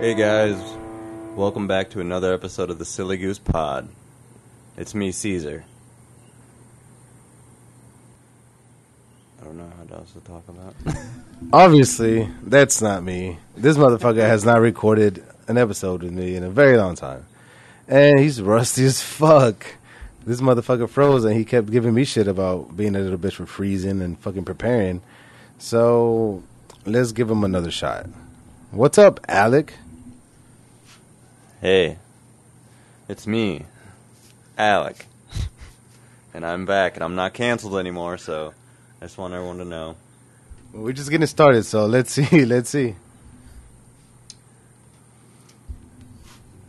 Hey guys, welcome back to another episode of the Silly Goose Pod. It's me, Caesar. I don't know how else to talk about. Obviously, that's not me. This motherfucker has not recorded an episode with me in a very long time. And he's rusty as fuck. This motherfucker froze and he kept giving me shit about being a little bitch for freezing and fucking preparing. So let's give him another shot. What's up, Alec? hey, it's me, Alec, and I'm back, and I'm not canceled anymore. So I just want everyone to know. We're just getting started, so let's see. Let's see.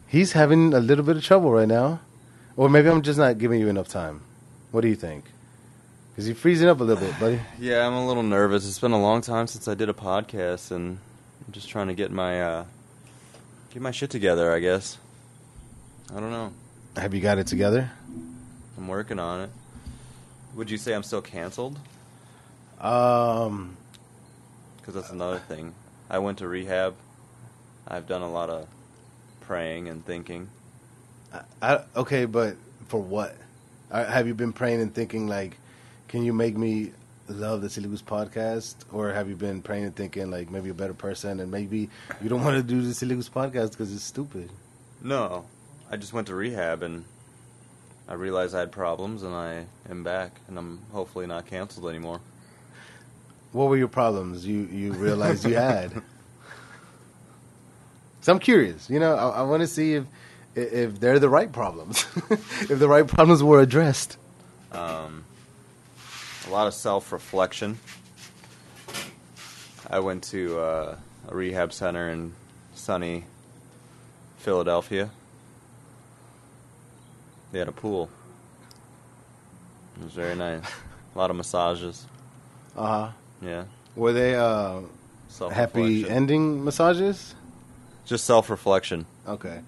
He's having a little bit of trouble right now. Or maybe I'm just not giving you enough time. What do you think? Because you're freezing up a little bit, buddy. Yeah, I'm a little nervous. It's been a long time since I did a podcast, and I'm just trying to get my uh, get my shit together. I guess. I don't know. Have you got it together? I'm working on it. Would you say I'm still canceled? Um, Because that's another thing. I went to rehab. I've done a lot of praying and thinking. I, I, okay, but for what? I, have you been praying and thinking, like, can you make me love the Silly Goose podcast? Or have you been praying and thinking, like, maybe a better person and maybe you don't want to do the Silly Goose podcast because it's stupid? No, I just went to rehab and I realized I had problems, and I am back, and I'm hopefully not canceled anymore. What were your problems you, you realized you had? So I'm curious. You know, I, I want to see if if they're the right problems, if the right problems were addressed. Um, a lot of self-reflection. I went to uh, a rehab center in sunny Philadelphia. They had a pool. It was very nice. A lot of massages. Uh huh. Yeah. Were they uh, happy Self-reflection. ending massages? Just self-reflection. Okay,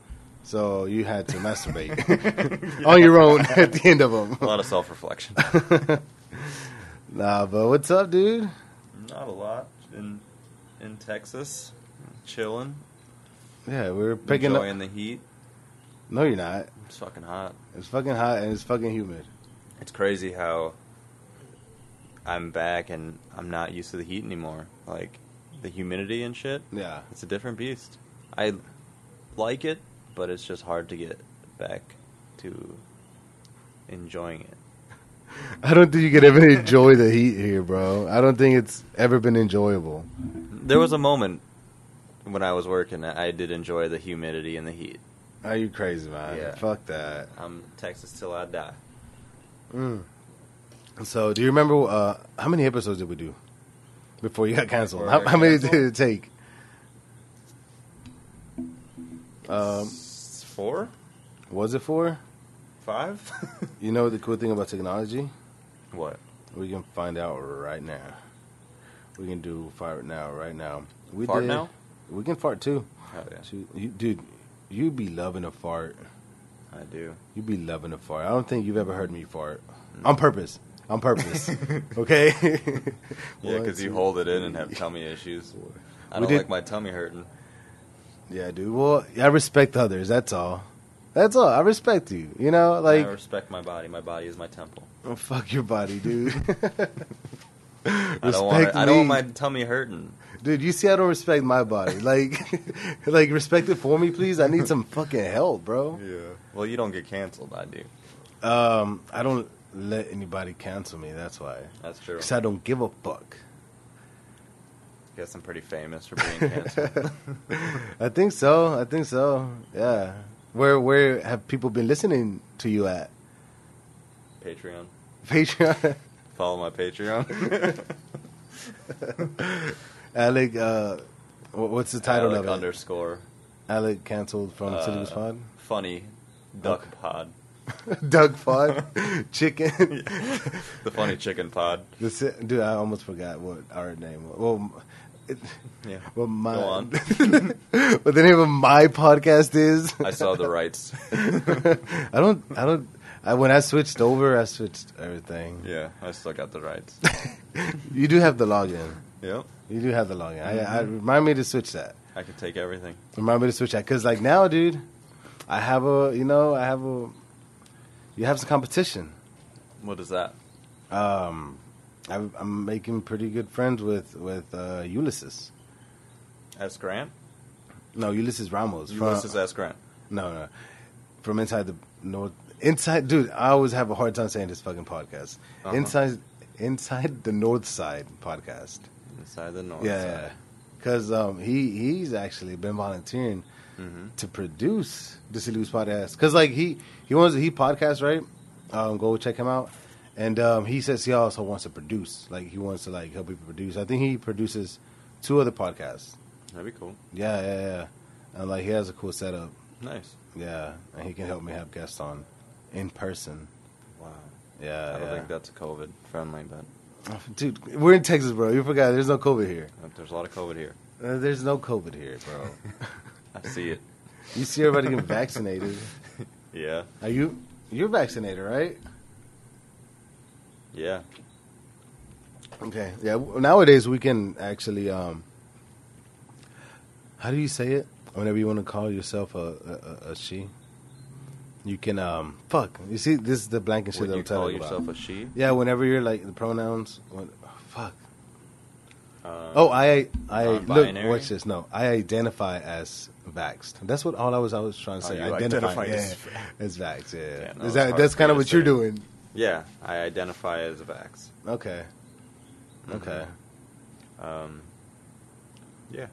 so you had to masturbate on your own at the end of A them. lot of self-reflection. Nah, but what's up, dude? Not a lot in in Texas. Chilling, Yeah, we were picking enjoying up. the heat. No, you're not. It's fucking hot. It's fucking hot and it's fucking humid. It's crazy how I'm back and I'm not used to the heat anymore. Like the humidity and shit, Yeah. it's a different beast. I like it, but it's just hard to get back to enjoying it. I don't think you could ever enjoy the heat here, bro. I don't think it's ever been enjoyable. There was a moment when I was working that I did enjoy the humidity and the heat. Are you crazy, man? Yeah. Fuck that. I'm Texas till I die. Mm. So, do you remember uh, how many episodes did we do before you got canceled? Before I How, got how many canceled? did it take? Um, S- four, was it four? five. You know the cool thing about technology? what? We can find out right now. We can do fart now, right now. We Fart did- now? We can fart too. Oh yeah, Shoot, you- dude, you'd be loving a fart. I do. You be loving to fart. I don't think you've ever heard me fart on purpose. On purpose. okay. Yeah, One, because you two, hold it in and have three. tummy issues. I We don't did- like my tummy hurting. Yeah, dude. Well, I respect others. That's all. That's all. I respect you. You know, like I respect my body. My body is my temple. oh, fuck your body, dude. I don't want. it- I don't want my tummy hurting. dude. You see, I don't respect my body. Like, like respect it for me, please. I need some fucking help, bro. Yeah. Well, you don't get canceled. I do. Um, I don't let anybody cancel me. That's why. That's true. Because I don't give a fuck. guess I'm pretty famous for being canceled. I think so. I think so. Yeah. Where where have people been listening to you at? Patreon. Patreon. Follow my Patreon. Alec, uh, wh- what's the title Alec of it? underscore Alec canceled from Uh, Silly Goose Pod. funny duck Okay. pod. Doug Pod, chicken. the funny chicken pod. The si- dude, I almost forgot what our name was. Well, m- it, Yeah. well my, Go on. what the name of my podcast is. I saw the rights. I don't. I don't. I, when I switched over, I switched everything. Yeah, I still got the rights. You do have the login. Yep. You do have the login. I, I Mm-hmm. remind me to switch that. I can take everything. Remind me to switch that because, like now, dude, I have a. You know, I have a. You have some competition. What is that? Um, I, I'm making pretty good friends with with uh, Ulysses. S. Grant? No, Ulysses Ramos. from- Ulysses S. Grant. No, no. From inside the north, inside, dude. I always have a hard time saying this fucking podcast. Uh-huh. Inside, inside the North Side podcast. Inside the north yeah, side. because um, he he's actually been volunteering Mhm. to produce the Loose podcast. Because like he he wants he podcasts right. Um, go check him out. And um, he says he also wants to produce. Like he wants to like help people produce. I think he produces two other podcasts. That'd be cool. Yeah, yeah, yeah. And like he has a cool setup. Nice. Yeah, and he can help me have guests on in person. Wow. Yeah, I don't yeah. think that's COVID friendly, but dude, we're in Texas, bro. You forgot. There's no COVID here. uh, there's a lot of COVID here. Uh, There's no COVID here, bro. I see it. you see everybody getting vaccinated. Yeah. Are you? You're vaccinated, right? Yeah. Okay. Yeah. w- Nowadays, we can actually. um How do you say it? Whenever you want to call yourself a a, a, a she, you can. um Fuck. You see, this is the blanket shit Would that you I'm telling call you about. yourself a she? yeah. Whenever you're like the pronouns. When, fuck. Uh, Oh, I I look. Non-binary? Watch this. No, I identify as vaxxed. That's what all I was. I was trying to Oh, say. you identify identify yeah, as- as, vaxxed. Yeah, Damn, that is was that hard that's for kind of you to what you're say. doing? Yeah, I identify as a vax. Okay. Mhm. Okay. Um, yeah.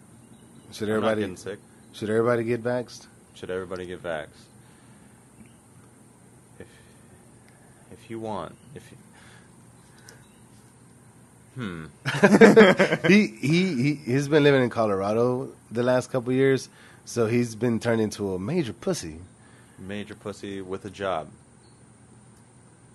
Should I'm not everybody getting sick. should everybody get vaxxed? Should everybody get vaxxed? If, if you want, if you, hmm, he, he he he's been living in Colorado the last couple years, so he's been turned into a major pussy. major pussy with a job.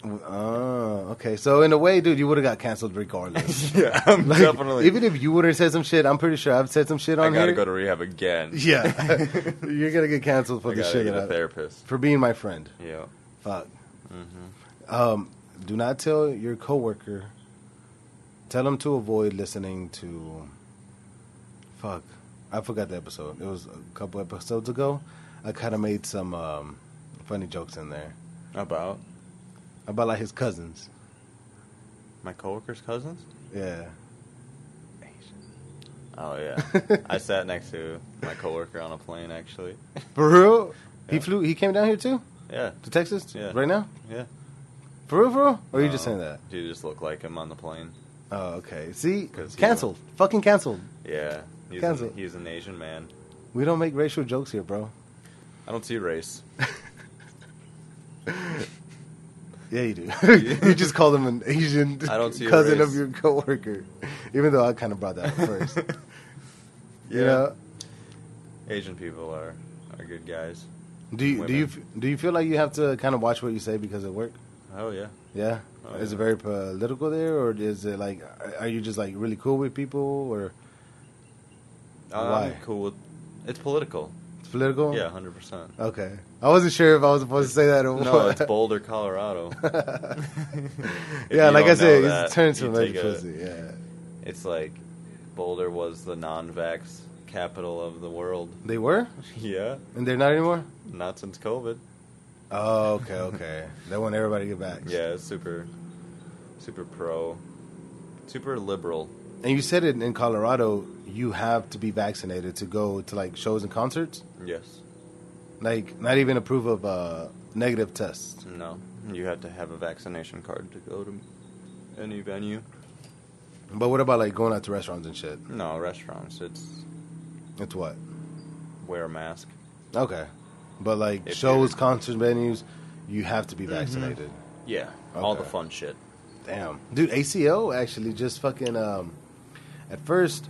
Oh, okay. So in a way, dude, you would have got canceled regardless. yeah, I'm Like, Even if you would have said some shit, I'm pretty sure I've said some shit on I gotta here. go to rehab again. Yeah, you're gonna get canceled for I the gotta shit get a out- therapist. for being my friend. Yeah. Fuck. Mm-hmm. Um, do not tell your coworker. Tell them to avoid listening to. Fuck, I forgot the episode. It was a couple episodes ago. I kind of made some um, funny jokes in there About about like his cousins. my coworker's cousins. Yeah, Oh yeah, I sat next to my coworker on a plane actually. for real. He Yeah. flew. He came down here too Yeah, to Texas. Yeah. Right now, yeah. for real, for real. Or are you No, just saying that? Um, Dude, just looked like him on the plane. Oh, okay. See, 'Cause he- uh, canceled. Fucking canceled. Yeah, he's, Cancel. an, he's an Asian man. We don't make racial jokes here, bro. I don't see race. Yeah, you do. you just called him an Asian I don't see a cousin race. of your coworker, even though I kind of brought that up first. You know, Asian people are are good guys. do you, do Women. you f- do you feel like you have to kind of watch what you say because of work? Oh yeah. Yeah, Oh, is yeah. it very political there, or is it like are- are you just like really cool with people, or I'm Why? Um, cool with it's political. it's political? Yeah, hundred percent. Okay, I wasn't sure if I was supposed to say that or No, what. it's Boulder, Colorado. you yeah, like I don't said, know it's that, turned to you a major take a- pussy. Yeah, It's like Boulder was the non vax capital of the world. they were, Yeah. and they're not anymore. Not since COVID. Oh, okay, okay. they want everybody to get back. Yeah, it's super super pro. Super liberal. And you said it in Colorado, you have to be vaccinated to go to like shows and concerts. Yes. Like, not even approve of uh, negative tests. No. You have to have a vaccination card to go to any venue. But what about like going out to restaurants and shit? No, restaurants. It's It's what? wear a mask. Okay, but like If shows, you're- concert venues, you have to be vaccinated. Yeah. All the Okay. fun shit. Damn, dude, ACO actually just fucking. Um, at first,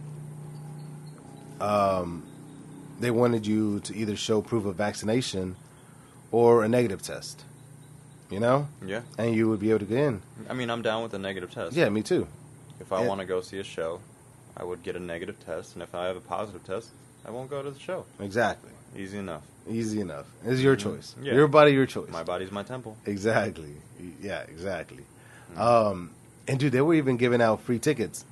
um, they wanted you to either show proof of vaccination or a negative test. you know, Yeah. and you would be able to get in. I mean, I'm down with a negative test. Yeah, me too. If I Yeah. want to go see a show, I would get a negative test, and if I have a positive test, I won't go to the show. Exactly. Easy enough. Easy enough. It's your choice. Mm-hmm. Yeah. Your body, your choice. My body's my temple. Exactly. Yeah, exactly. Mm-hmm. Um, and dude, they were even giving out free tickets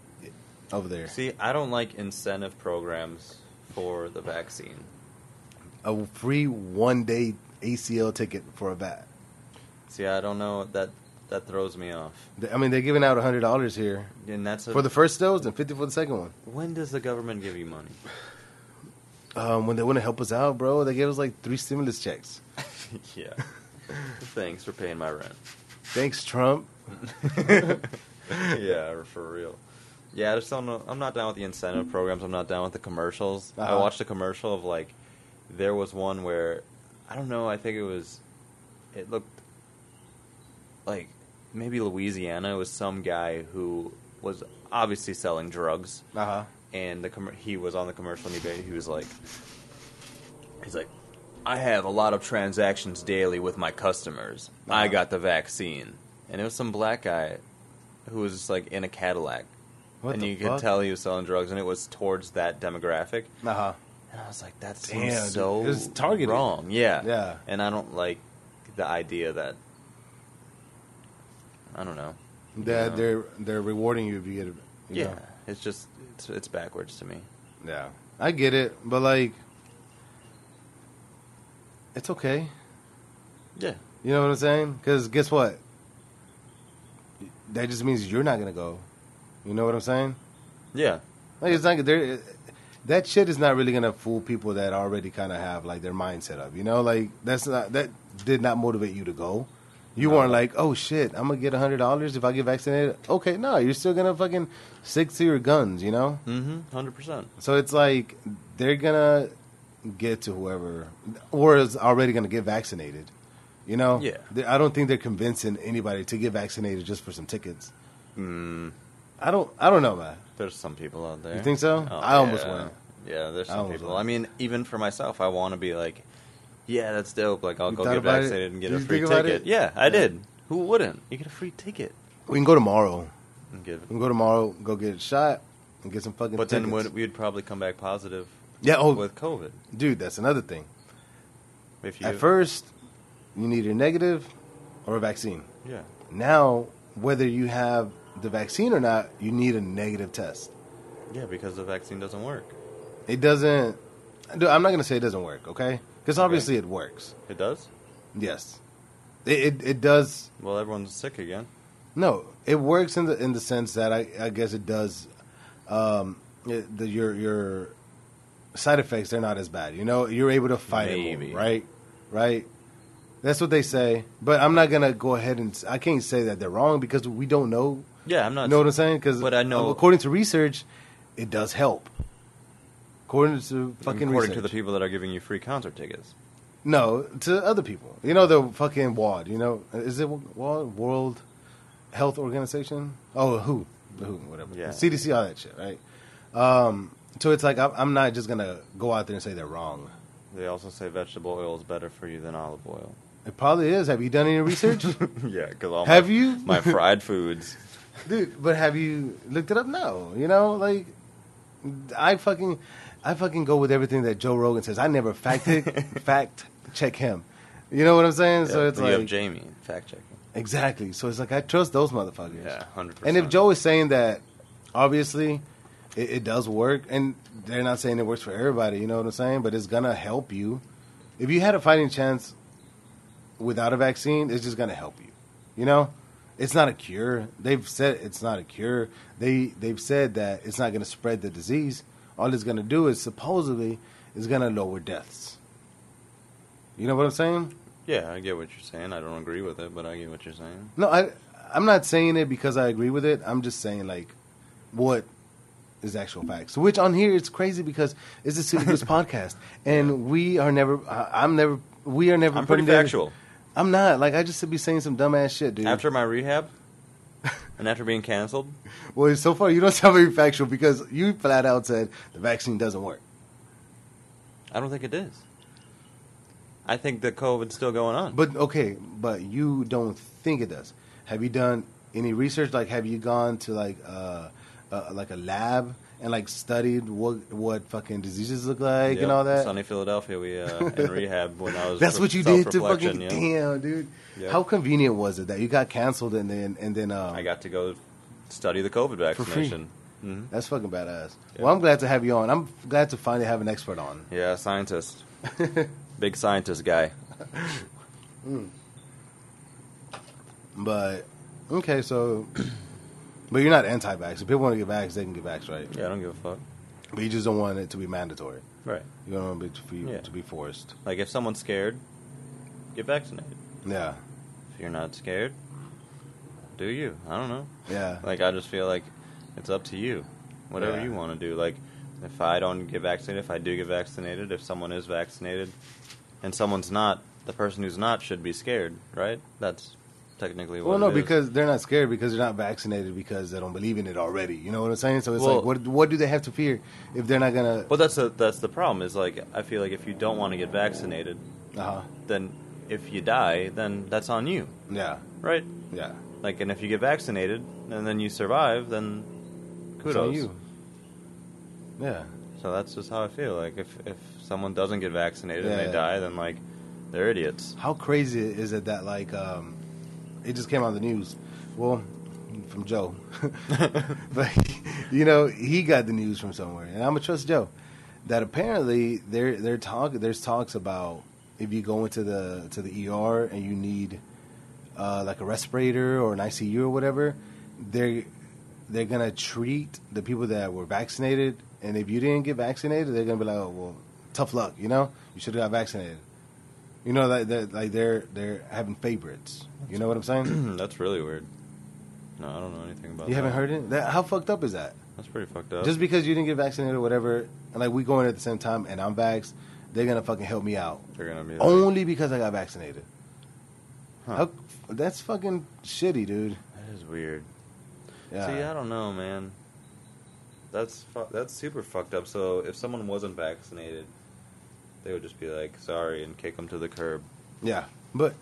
over there. See, I don't like incentive programs for the vaccine. A free one day ACL ticket for a bat. See, I don't know that that throws me off. They- I mean, they're giving out hundred dollars here And that's a, for the first dose and fifty for the second one. when does the government give you money? Um, when they want to help us out, bro, they gave us like three stimulus checks. yeah. Thanks for paying my rent. Thanks, Trump. yeah, for real. Yeah, I just don't know. I'm not down with the incentive programs. I'm not down with the commercials. I Uh-huh. watched a commercial of like, there was one where, I don't know. I think it was, it looked like maybe Louisiana. It was some guy who was obviously selling drugs, Uh huh. and the com- he was on the commercial and he, he was like, he's like, I have a lot of transactions daily with my customers. I got the vaccine, and it was some black guy who was just like in a Cadillac, What and the you fuck? could tell he was selling drugs, and it was towards that demographic. Uh huh. And I was like, that Damn, seems dude. so It was targeted. wrong. Yeah, Yeah. And I don't like the idea that I don't know. That Yeah. they're they're rewarding you if you get it. Yeah, it's just it's, it's backwards to me. Yeah, I get it, but like, it's okay. Yeah, You know what I'm saying? Because guess what? That just means you're not gonna go. You know what I'm saying? yeah. Like it's not there. That shit is not really gonna fool people that already kind of have like their mindset up. You know, like that's not that did not motivate you to go. You No. weren't like, oh shit, I'm gonna get hundred dollars if I get vaccinated. Okay, no, you're still gonna fucking stick to your guns. You know. Mm-hmm. Hundred percent. So it's like they're gonna get to whoever or is already gonna get vaccinated. You know? Yeah. They- I don't think they're convincing anybody to get vaccinated just for some tickets. Hmm. Mm, I don't. I don't know, man. there's some people out there. You think so? Oh, I almost yeah. went. Yeah, there's I some almost people. went. I mean, even for myself, I want to be like, yeah, that's dope. Like, I'll You go thought get about it? vaccinated and get Did a you free think about ticket. it? Yeah, I Yeah. did. Who wouldn't? You get a free ticket. We can go tomorrow. And give We can go tomorrow. Go get a shot and get some fucking. But then tickets. would, we'd probably come back positive yeah. Oh, with COVID. dude, that's another thing. If you At first, you need a negative or a vaccine. yeah, Now, whether you have the vaccine or not, you need a negative test. yeah, because the vaccine doesn't work. It doesn't. dude, I'm not gonna say it doesn't work, okay? Because Okay. obviously it works. It does. Yes, it, it it does. Well, everyone's sick again. No, it works in the in the sense that I, I guess it does. Um, it, the, your your side effects they're not as bad. You know, you're able to fight it, Maybe. more, right? Right. That's what they say. But I'm not gonna go ahead and s- I can't say that they're wrong because we don't know. Yeah, I'm You not. know what I'm saying? Because but I know- according to research, it does help. According to fucking according research. to the people that are giving you free concert tickets. No, to other people. You know the fucking WAD. You know, is it WAD World Health Organization? Oh, who, the who, whatever. Yeah. The CDC, all that shit, right? Um, so it's like I'm, I'm not just gonna go out there and say they're wrong. They also say vegetable oil is better for you than olive oil. It probably is. Have you done any research, yeah, because all Have my, you? my fried foods. dude? But have you looked it up? No. You know, like I fucking, I fucking go with everything that Joe Rogan says. I never fact fact check him. You know what I'm saying? so Yeah, it's you like have Jamie fact checking. exactly. So it's like I trust those motherfuckers. Yeah, hundred percent. And if Joe is saying that, obviously, it, it does work, and they're not saying it works for everybody. You know what I'm saying? But it's gonna help you. If you had a fighting chance without a vaccine, it's just gonna help you. You know, it's not a cure. They've said it's not a cure. They they've said that it's not gonna spread the disease. All it's gonna do is supposedly is gonna lower deaths. You know what I'm saying? yeah, I get what you're saying. I don't agree with it, but I get what you're saying. No, I I'm not saying it because I agree with it. I'm just saying like what is actual facts. Which on here it's crazy because it's a City News podcast, and we are never. I, I'm never. We are never. I'm pretty putting down- factual. I'm not like I just should be saying some dumbass shit, dude. After my rehab, and after being canceled, well, so far you don't sound very factual because you flat out said the vaccine doesn't work. I don't think it is. I think that COVID's still going on. But okay, but you don't think it does. Have you done any research? Like, have you gone to like uh, uh like a lab and like studied what what fucking diseases look like Yep, and all that? Sunny Philadelphia, we uh, in rehab when I was. That's for what you did to self-reflection, fucking yeah. damn, dude. Yeah. How convenient was it that you got canceled and then and then um, I got to go study the COVID For free. vaccination. hmm that's fucking badass. Yeah. Well, I'm glad to have you on. I'm glad to finally have an expert on. Yeah, scientist, big scientist guy. But okay, so but you're not anti-vax. If people want to get vax, they can get vax, right? Yeah, I don't give a fuck. But you just don't want it to be mandatory. Right. You don't want it to be, Yeah. to be forced. Like if someone's scared, get vaccinated. Yeah, If you're not scared, do you? I don't know. yeah. Like I just feel like it's up to you. Whatever Yeah. you want to do. Like if I don't get vaccinated, if I do get vaccinated, if someone is vaccinated and someone's not, the person who's not should be scared, right? That's technically what Well, no, it is. because they're not scared because they're not vaccinated because they don't believe in it already. You know what I'm saying? So it's Well- like, what what do they have to fear if they're not gonna? Well, that's the that's the problem. Is like I feel like if you don't want to get vaccinated, Uh-huh. then if you die, then that's on you, Yeah, right? yeah. Like, and if you get vaccinated and then you survive, then It's on kudos. you. Yeah, So that's just how I feel. Like if if someone doesn't get vaccinated and Yeah. they die, then like they're idiots. how crazy is it that like um, it just came on the news? Well, from Joe, but you know he got the news from somewhere, and I'm gonna trust Joe. That apparently there there talk there's talks about if you go into the to the ER and you need uh, like a respirator or an ICU or whatever, they're they're gonna treat the people that were vaccinated, and if you didn't get vaccinated, they're gonna be like, oh well, tough luck, you know, you should have got vaccinated. You know, like they're, like they're they're having favorites. You know what I'm saying? that's really weird. No, I don't know anything about. you that. haven't heard it? That, how fucked up is that? That's pretty fucked up. Just because you didn't get vaccinated or whatever, and like we going at the same time, and I'm vaxxed, they're gonna fucking help me out They're gonna be. Like, only because I got vaccinated. Huh. How, that's fucking shitty, dude. that is weird. Yeah. See, I don't know, man. That's fu- that's super fucked up. So if someone wasn't vaccinated, they would just be like, "Sorry," and kick them to the curb. Yeah, but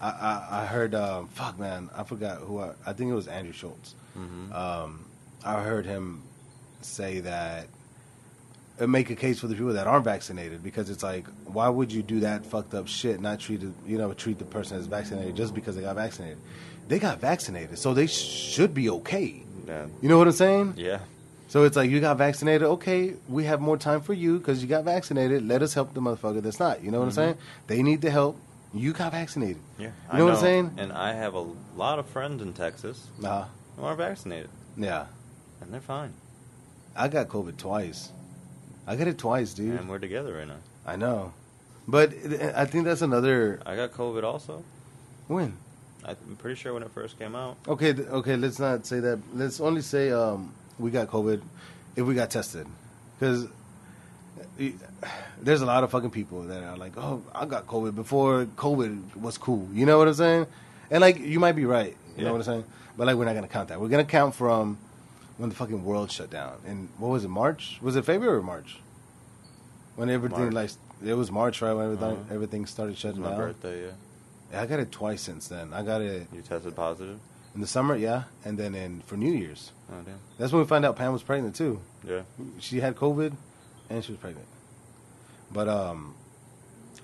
I I, I heard um, fuck man, I forgot who I, I think it was Andrew Schultz. Mm-hmm. Um, I heard him say that and make a case for the people that aren't vaccinated because it's like why would you do that fucked up shit not treat the- you know treat the person as vaccinated just because they got vaccinated they got vaccinated so they should be okay Yeah. you know what i'm saying Yeah. so it's like you got vaccinated. Okay, we have more time for you because you got vaccinated. Let us help the motherfucker that's not. You know what Mhm. I'm saying? They need the help. You got vaccinated. Yeah. You know what I'm saying? And I have a lot of friends in Texas Nah, who are vaccinated, yeah. and they're fine. I got COVID twice. I got it twice, dude. And we're together right now. I know, but it- I think that's another I got COVID also. win. I'm pretty sure when it first came out. Okay, th- okay. Let's not say that. Let's only say um, we got COVID if we got tested, because there's a lot of fucking people that are like, "Oh, I got COVID before COVID was cool." You know what I'm saying? And like, you might be right. You know Yeah. what I'm saying? But like, we're not gonna count that. We're gonna count from when the fucking world shut down. And what was it? March? Was it February or March? When everything March. like it was March, right? When everything Uh-huh. everything started It's shutting my down. birthday. Yeah. I got it twice since then. I got it You tested positive. in the summer, yeah, and then in for New Year's. Oh damn. That's when we found out Pam was pregnant too. Yeah. She had COVID, and she was pregnant. But um,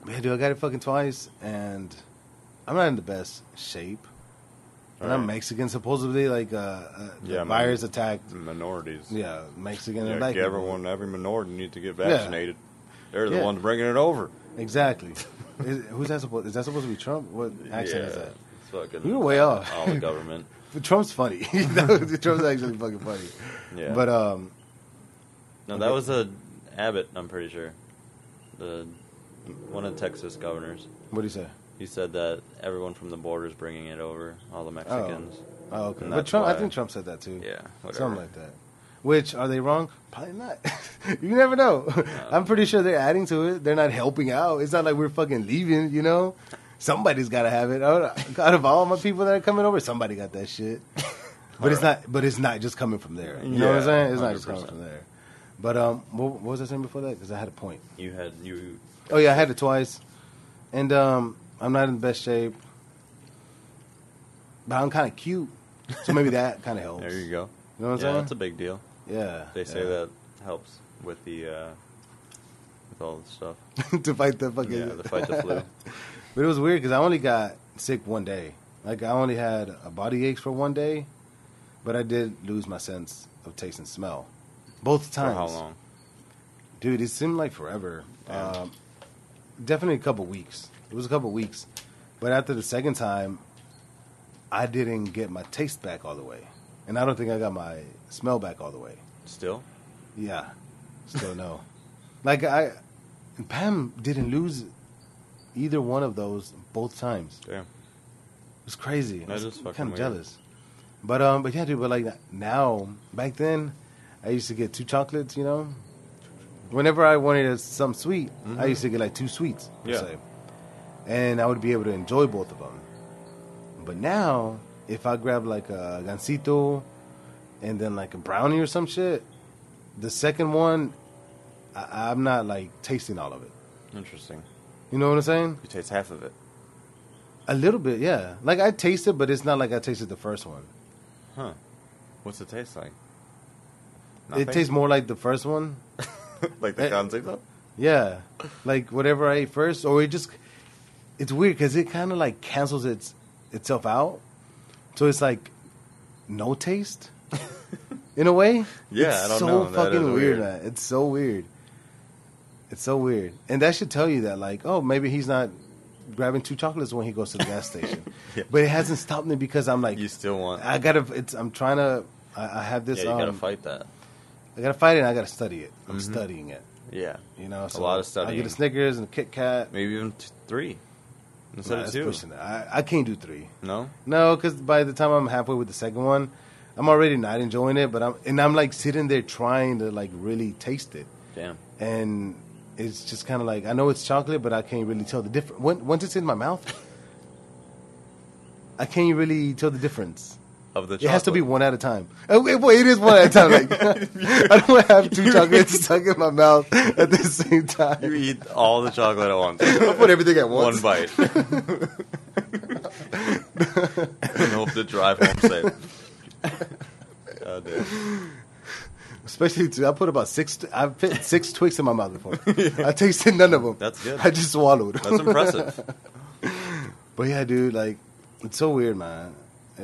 man, dude, I got it fucking twice, and I'm not in the best shape. And I'm Right. Mexican, supposedly. Like uh, uh the Yeah, man. virus attacked. Minorities. Yeah, Mexican Yeah, and black. g- people. everyone, every minority needs to get Yeah. vaccinated. They're the Yeah. ones bringing it over. Exactly. is, who's that supposed? Is that supposed to be Trump? What accent is Yeah. that? It's fucking You're way off. All the government. But Trump's funny. You know, Trump's actually fucking funny. Yeah. But uh, um, no, that was a Abbott. I'm pretty sure. The one of the Texas governors. what do you say? He said that everyone from the border is bringing it over. All the Mexicans. Oh, okay. And But that's Trump, I why- think Trump said that too. Yeah. Whatever. Something like that. Which are they wrong? Probably not. you never know. I'm pretty sure they're adding to it. They're not helping out. It's not like we're fucking leaving. You know, somebody's got to have it. Out out of all my people that are coming over, somebody got that shit. But it's not. But it's not just coming from there. You know what I'm Yeah, saying? It's not just coming 100%. from there. But um, what, what was I saying before that? Because I had a point. You had you. Oh yeah, I had it twice. And um, I'm not in the best shape, but I'm kind of cute, so maybe that kind of helps. There you go. You know what I'm yeah, saying? that's a big deal. yeah. They say yeah. that helps with the uh, with all the stuff. to fight the fucking Yeah, to fight the flu. but it was weird because I only got sick one day. Like I only had a body aches for one day, but I did lose my sense of taste and smell, both For times. how long? Dude, it seemed like forever. Yeah. Um, definitely a couple weeks. It was a couple weeks, but after the second time, I didn't get my taste back all the way, and I don't think I got my smell back all the way. Still? Yeah. Still no. like I Pam didn't lose either one of those both times. Damn. It was crazy. That I was is fucking kind weird. of jealous. But um but yeah dude, but like now back then I used to get two chocolates, you know. Whenever I wanted something sweet, I Mhm. used to get like two sweets, per Yeah. se. And I would be able to enjoy both of them. But now, if I grab like a gansito and then like a brownie or some shit, the second one, I, I'm not like tasting all of it. Interesting. You know what I'm saying? You taste half of it. A little bit, yeah. Like I taste it, but it's not like I tasted the first one. Huh. What's it taste like? It tastes more like the first one. like the it- Gonzalo? Yeah, like whatever I ate first, or it just. It's weird because it kind of like cancels its itself out, so it's like no taste, in a way. Yeah, it's I don't so know. That fucking is weird. weird. man. It's so weird. It's so weird, and that should tell you that like, oh, maybe he's not grabbing two chocolates when he goes to the gas station, Yeah. but it hasn't stopped me because I'm like, You still want? I gotta. It's I'm trying to. I, I have this. yeah, you gotta um, fight that. I gotta fight it. and I gotta study it. I'm Mhm. studying it. Yeah, You know, so lot of I get studying. a Snickers and a Kit Kat. maybe even t- three instead Nah, of that's two. pushing it. I, I can't do three. No, No, because by the time I'm halfway with the second one, I'm already not enjoying it. But I'm and I'm like sitting there trying to like really taste it, damn. and it's just kind of like I know it's chocolate, but I can't really tell the difference. When, once it's in my mouth, I can't really tell the difference. Of the It has to be chocolate. one at a time. Oh, It, well, it is one at a time. Like I don't want to have two chocolates stuck in my mouth at the same time. You eat all the chocolate at once. I put everything at One once. bite. and hope to drive home safe. God damn. Especially, too, I put about six. I fit six twigs in my mouth before. I tasted none of them. That's good. I just swallowed. That's impressive. but yeah, dude, like it's so weird, man. Uh,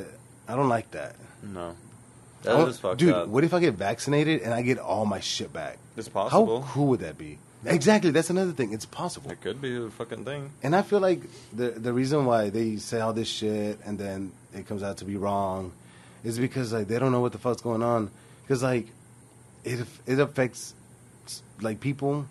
I don't like that. No, I that don't- is fucked dude, up. what if I get vaccinated and I get all my shit back? it's possible. How cool would that be? Exactly. That's another thing. It's possible. It could be a fucking thing. And I feel like the the reason why they say all this shit and then it comes out to be wrong is because like they don't know what the fuck's going on because like it aff- it affects like people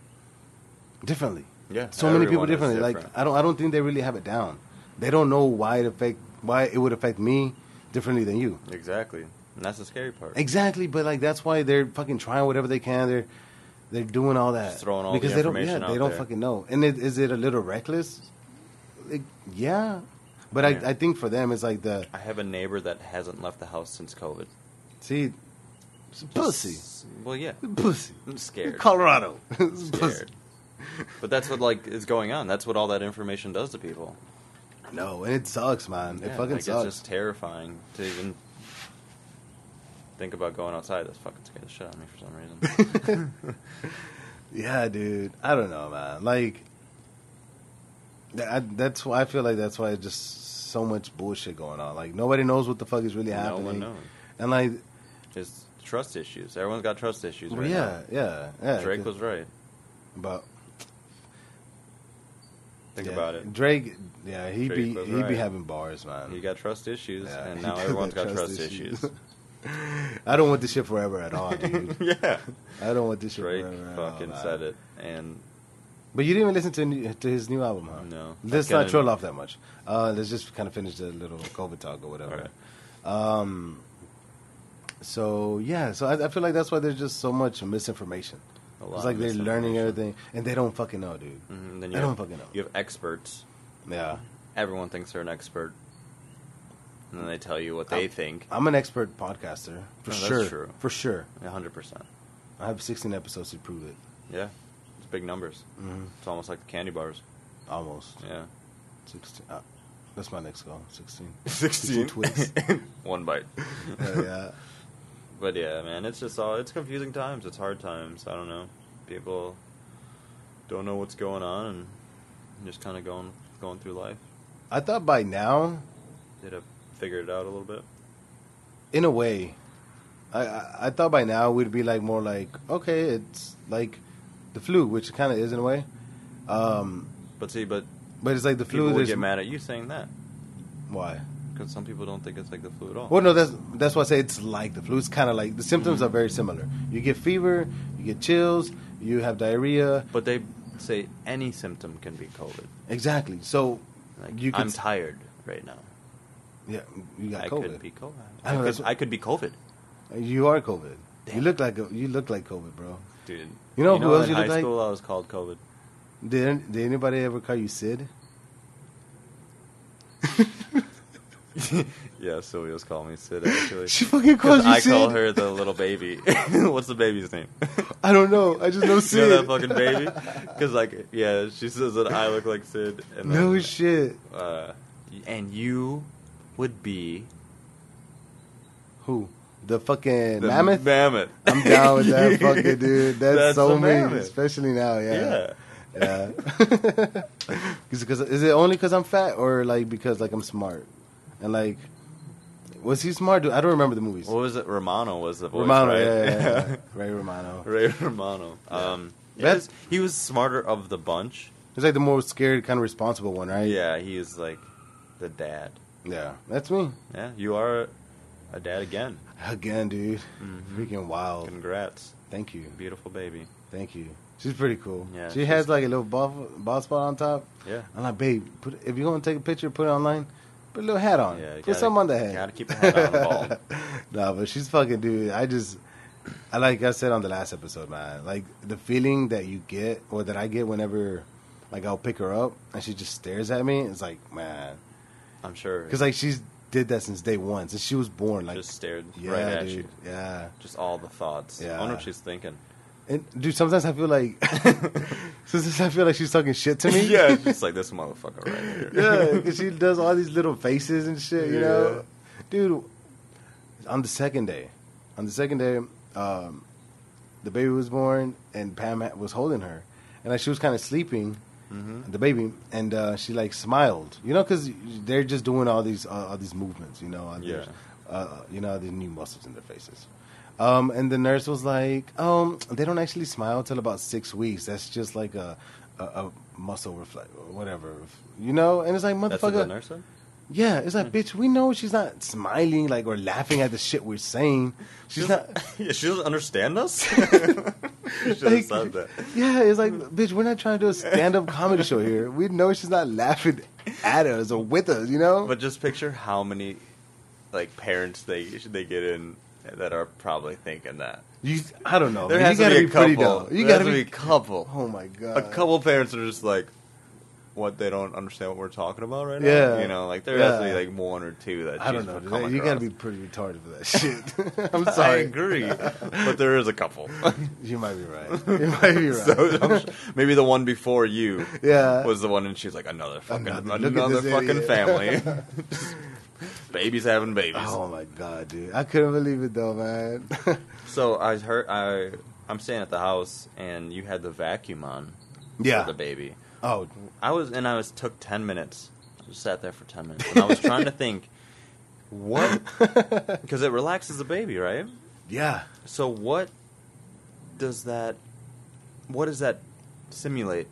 differently. Yeah, so many people everyone is differently. different. Like I don't I don't think they really have it down. They don't know why it affect why it would affect me differently than you. Exactly. And that's the scary part. Exactly, but like that's why they're fucking trying whatever they can. They're they're doing all that Just throwing all the because they don't information yeah out they don't there. fucking know. And it, is it a little reckless? Like, yeah, but Yeah. I I think for them it's like the I have a neighbor that hasn't left the house since COVID. see it's pussy S- Well, yeah. pussy I'm scared. Colorado It's pussy. scared. But that's what like is going on. That's what all that information does to people. No, and it sucks, man. Yeah, it fucking like, sucks. It's just terrifying to even think about going outside. That's fucking scared the shit out of me for some reason. Yeah, dude. I don't know, man. Like, th- I, that's why I feel like that's why it's just so much bullshit going on. Like, nobody knows what the fuck is really No happening. one knows. And like, It's trust issues. Everyone's got trust issues well, right yeah, yeah, yeah. now. Drake was right. but Think yeah, about it. Drake, yeah, he Drake be was he be right. having bars, man. He got trust issues, Yeah, and he now got everyone's got trust trust, issues. issues. I don't want this shit forever at all, dude. yeah, I don't want this shit Drake forever. at all, fucking man. said it, and But you didn't even listen to new- to his new album, huh? No. Let's I not kinda- troll off that much. Uh, let's just kind of finish the little COVID talk or whatever. Um, so yeah, so I, I feel like that's why there's just so much misinformation. a lot It's like of they're learning misinformation. everything and they don't fucking know, dude. Mhm, and then I you don't have- fucking know. You have experts. Yeah, Everyone thinks they're an expert, and then they tell you what they think. I'm an expert podcaster No, Oh, for that's sure. true. For sure, A hundred percent. I have 16 episodes to prove it. Mm-hmm. Yeah, it's big numbers. It's almost like the candy bars. Almost. Yeah. 16. Uh, that's my next goal. 16. 16 twigs. One bite. Hell yeah. But yeah, man, it's just all it's confusing times. It's hard times. I don't know. People don't know what's going on and just kind of going going through life. I thought by now, They'd have figured it out a little bit. in a way, I, I, I thought by now we'd be like more like, okay, it's like the flu, which kind of is in a way. Um, But see, but but it's like the people flu. would There's, get mad at you saying that Why? because some people don't think it's like the flu at all. Well, no, that's that's why I say it's like the flu. It's kind of like the symptoms Mm-hmm. are very similar. You get fever, you get chills, you have diarrhea. But they say any symptom can be COVID. Exactly. So Like You could I'm s- tired right now. yeah, you got I COVID. could be COVID. I I, know, could, that's what- I could be COVID, You are COVID. You Damn. look like a, you look like COVID, bro. dude. You know who else in you look high like? school I was called COVID. Did did anybody ever call you Sid? Yeah, Sylvia's calling me Sid actually. She fucking calls Because you I Sid. call her the little baby. What's the baby's name? I don't know. I just know you know Sid. that fucking baby? Because like, yeah, she says that I look like Sid. And no then, shit. uh, and you would be Who? The fucking the mammoth. Mammoth. I'm down with that fucking dude. That's, so the mean, especially now. Yeah. Yeah. Yeah. is, it 'cause- is it only because I'm fat or like because like I'm smart? And like, was he smart? Dude, I don't remember the movies. What was it? Romano was the voice, Romano, right? yeah, yeah, yeah. Ray Romano. Ray Romano. Um, he That- was- he was smarter of the bunch. He's like the more scared, kind of responsible one, right? Yeah, he is like the dad. yeah. That's me Yeah, you are a dad again. again, dude. Mm-hmm. Freaking wild. Congrats, Thank you, beautiful baby. thank you. She's pretty cool. Yeah, she she's- has like a little buff, bald spot on top. Yeah. I'm like, babe, put, if you're gonna take a picture, put it online. Put a little hat on. Yeah, you put gotta- something on the head. gotta keep a hat on, bald. nah, but she's fucking dude. I just, I like I said on the last episode, man. Like the feeling that you get, or that I get whenever, like I'll pick her up and she just stares at me. It's like, man, I'm sure. because like she's did that since day one, since she was born. Like, just stared yeah, right at dude, you. yeah. Just all the thoughts. I Yeah. wonder what she's thinking. And dude, sometimes I feel like, sometimes I feel like she's talking shit to me. yeah, just like this motherfucker right here. Yeah, 'cause she does all these little faces and shit, you know? Dude, on the second day, on the second day, um, the baby was born and Pam ha- was holding her. And like, she was kind of sleeping, the baby, and uh, she like smiled, you know, because they're just doing all these uh, all these movements, you know, all these, uh, you know, all these new muscles in their faces. Um, and the nurse was like, um, they don't actually smile till about six weeks. That's just like a, a, a muscle reflex, or whatever, you know. And it's like, That's what the motherfucker, nurse Hmm. said? yeah, it's like, bitch, we know she's not smiling like or laughing at the shit we're saying. She's not. yeah, she doesn't understand us? she should have Like- said that. Yeah, it's like, bitch, we're not trying to do a stand-up comedy show here. We know she's not laughing at us or with us, you know. But just picture how many like parents they they get in that are probably thinking that. you, I don't know. There Oh, man. has You gotta to be be, a pretty couple. though. You there has gotta to be be. a couple. Oh my god. a couple parents are just like what they don't understand what we're talking about right now. Yeah. You know, like there has to be Yeah. like one or two that I don't she's know. come dude. You across. gotta be pretty retarded for that shit. I'm I sorry. agree, but there is a couple. You might be right. You might be right. So I'm sure- maybe the one before you Yeah. was the one, and she's like another fucking Another- look another, at this fucking idiot. family. Just babies having babies. oh my god, dude! I couldn't believe it though, man. So I heard I I'm staying at the house, and you had the vacuum on yeah. for the baby. Oh, I was and I was took ten minutes. Just sat there for ten minutes, and I was trying to think what because it relaxes the baby, right? yeah. So what does that what does that simulate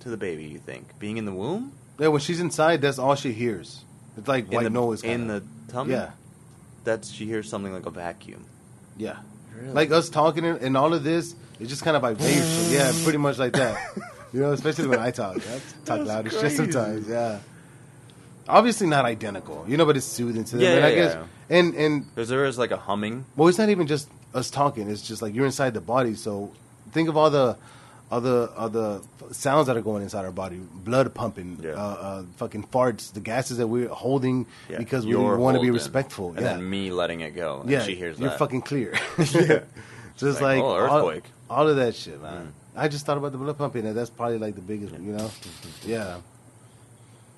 to the baby? You think being in the womb, Yeah, when she's inside, that's all she hears. It's like in white the, noise. in kinda. the tummy. yeah, that's she hears something like a vacuum. yeah. Like us talking and, and all of this, it's just kind of vibration. yeah, pretty much like that. You know, especially when I talk, I talk That's loud as shit crazy. sometimes. Yeah. Obviously not identical, you know, but it's soothing to them. Yeah, and I yeah, guess, and and because there is like a humming. Well, it's not even just us talking. It's just like you're inside the body. So think of all the other other sounds that are going inside our body: blood pumping, Yeah. uh, uh, fucking farts, the gases that we're holding Yeah, because we you're want to be holding, respectful. and Oh, yeah, then me letting it go. And yeah, she hears you're that. fucking clear. yeah, just Like, like, oh, all, earthquake. Mm. all of that shit, man. I just thought about the blood pumping, and that's probably like the biggest, you know. Yeah,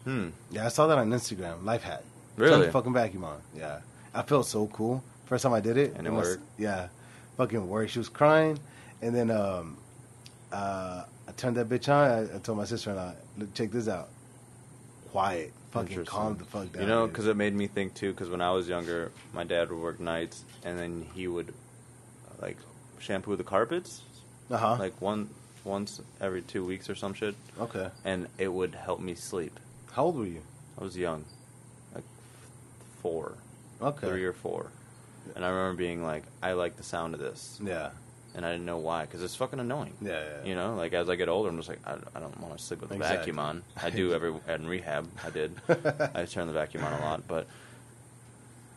Hmm. yeah. I saw that on Instagram. Life hack. Really? Turn the fucking vacuum on. Yeah, I felt so cool. First time I did it, And it must- worked? Yeah, fucking worked. She was crying, and then um, uh, I turned that bitch on. I, I told my sister and I, look, check this out. Quiet, fucking Interesting. calm the fuck down. You know, dude. because it made me think too. Because when I was younger, my dad would work nights, and then he would like shampoo the carpets, uh-huh. like one once every two weeks or some shit, okay. and it would help me sleep. How old were you? I was young, like four, Okay. three or four, and I remember being like, I like the sound of this, Yeah. and I didn't know why because it's fucking annoying. Yeah, yeah, yeah. You know, like as I get older, I'm just like, I, I don't want to sleep with the Exactly. vacuum on. I do every in rehab. I did. I turned the vacuum on a lot, but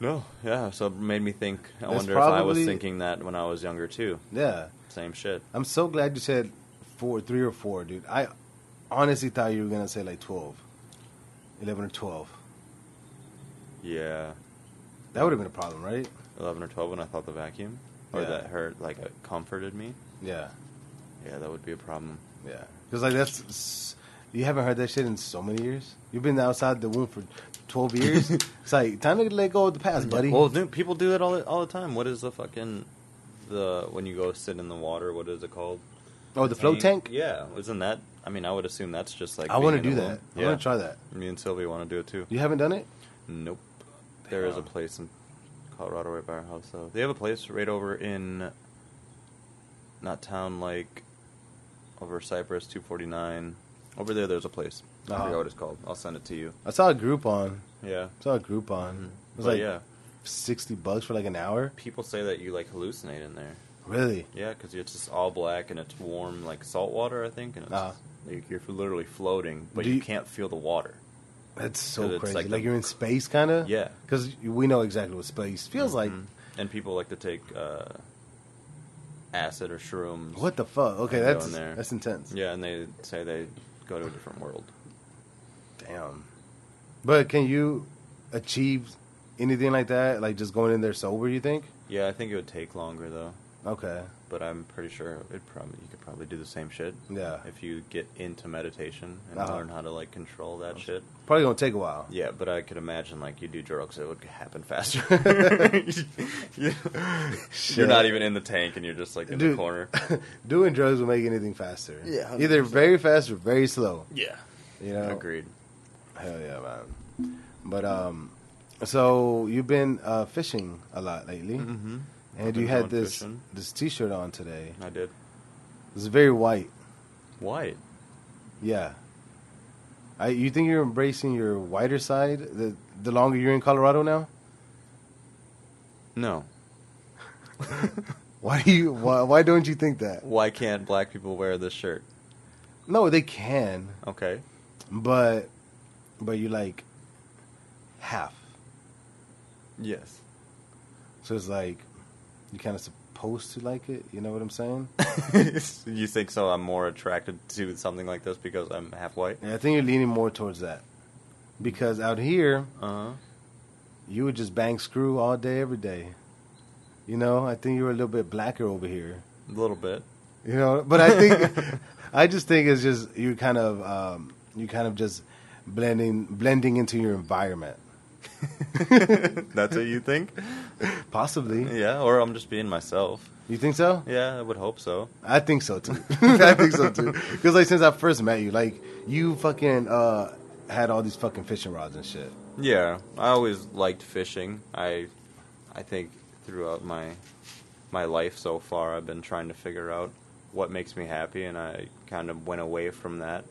no, yeah. So it made me think. I That's wonder if I was probably- thinking that when I was younger too. Yeah. Same shit. I'm so glad you said four, three or four, dude. I honestly thought you were gonna say like 12, 11 or 12. Yeah, That would have been a problem, right? eleven or twelve when I thought the vacuum or Yeah. that hurt like it comforted me. Yeah, Yeah, that would be a problem. yeah. Because like that's s- you haven't heard that shit in so many years. You've been outside the womb for 12 years. it's like time to let go of the past, buddy. Well, dude, people do that all the- all the time. What is the fucking the when you go sit in the water? What is it called? oh, the float tank. Yeah, isn't that? I mean, I would assume that's just like. I want to being do in a that. room. I Yeah, want to try that. me and Sylvia want to do it too. You haven't done it? Nope. There is a Damn. place in Colorado right by our house, though. They have a place right over in, not town like, over Cypress two forty nine. Over there, there's a place. I Uh-huh. forgot what it's called. I'll send it to you. I saw a Groupon. Yeah. I saw a Groupon. It But was like Mm. yeah, 60 bucks for like an hour. people say that you like hallucinate in there. Really? Yeah, because it's just all black and it's warm, like salt water, I think, and it's Uh-huh. like you're literally floating, but Do you you- can't feel the water. That's 'Cause so it's crazy. like Like, the- you're in space, kind of. Yeah. Because we know exactly what space feels Mhm. like. and people like to take uh, acid or shrooms. What the fuck? Okay, Go that's in there. that's intense. Yeah, and they say they go to a different world. Damn. But can you achieve anything like that? Like just going in there sober? You think? Yeah, I think it would take longer though, Okay. but I'm pretty sure it probably you could probably do the same shit. Yeah. If you get into meditation and Uh-huh. learn how to like control that shit. Probably gonna take a while. Yeah, but I could imagine like you do drugs, it would happen faster. You- you're Shit. not even in the tank, and you're just like in the Dude. corner. Doing drugs will make anything faster. Yeah, 100%. Either very fast or very slow. Yeah, You know. agreed. Hell yeah, man. But um, so you've been uh, fishing a lot lately, Mm-hmm. and I've you been had going this fishing. this T-shirt on today. I did. It's very white. White. Yeah. I, you think you're embracing your whiter side the the longer you're in Colorado now? No. Why do you why, why don't you think that? Why can't black people wear this shirt? No, they can, Okay. but but you like half. Yes. So it's like you kind of supposed to like it, you know what I'm saying? you think so? I'm more attracted to something like this because I'm half white. And I think you're leaning more towards that. Because out here, Uh huh. you would just bang screw all day every day. You know, I think you're a little bit blacker over here. A little bit. You know, but I think I just think it's just you kind of um, you kind of just blending blending into your environment, That's what you think? possibly. Yeah. Or I'm just being myself. You think so? Yeah, I would hope so. I think so too. I think so too. Because like since I first met you, like you fucking uh, had all these fucking fishing rods and shit. Yeah, I always liked fishing. I, I think throughout my, my life so far, I've been trying to figure out what makes me happy, and I kind of went away from that,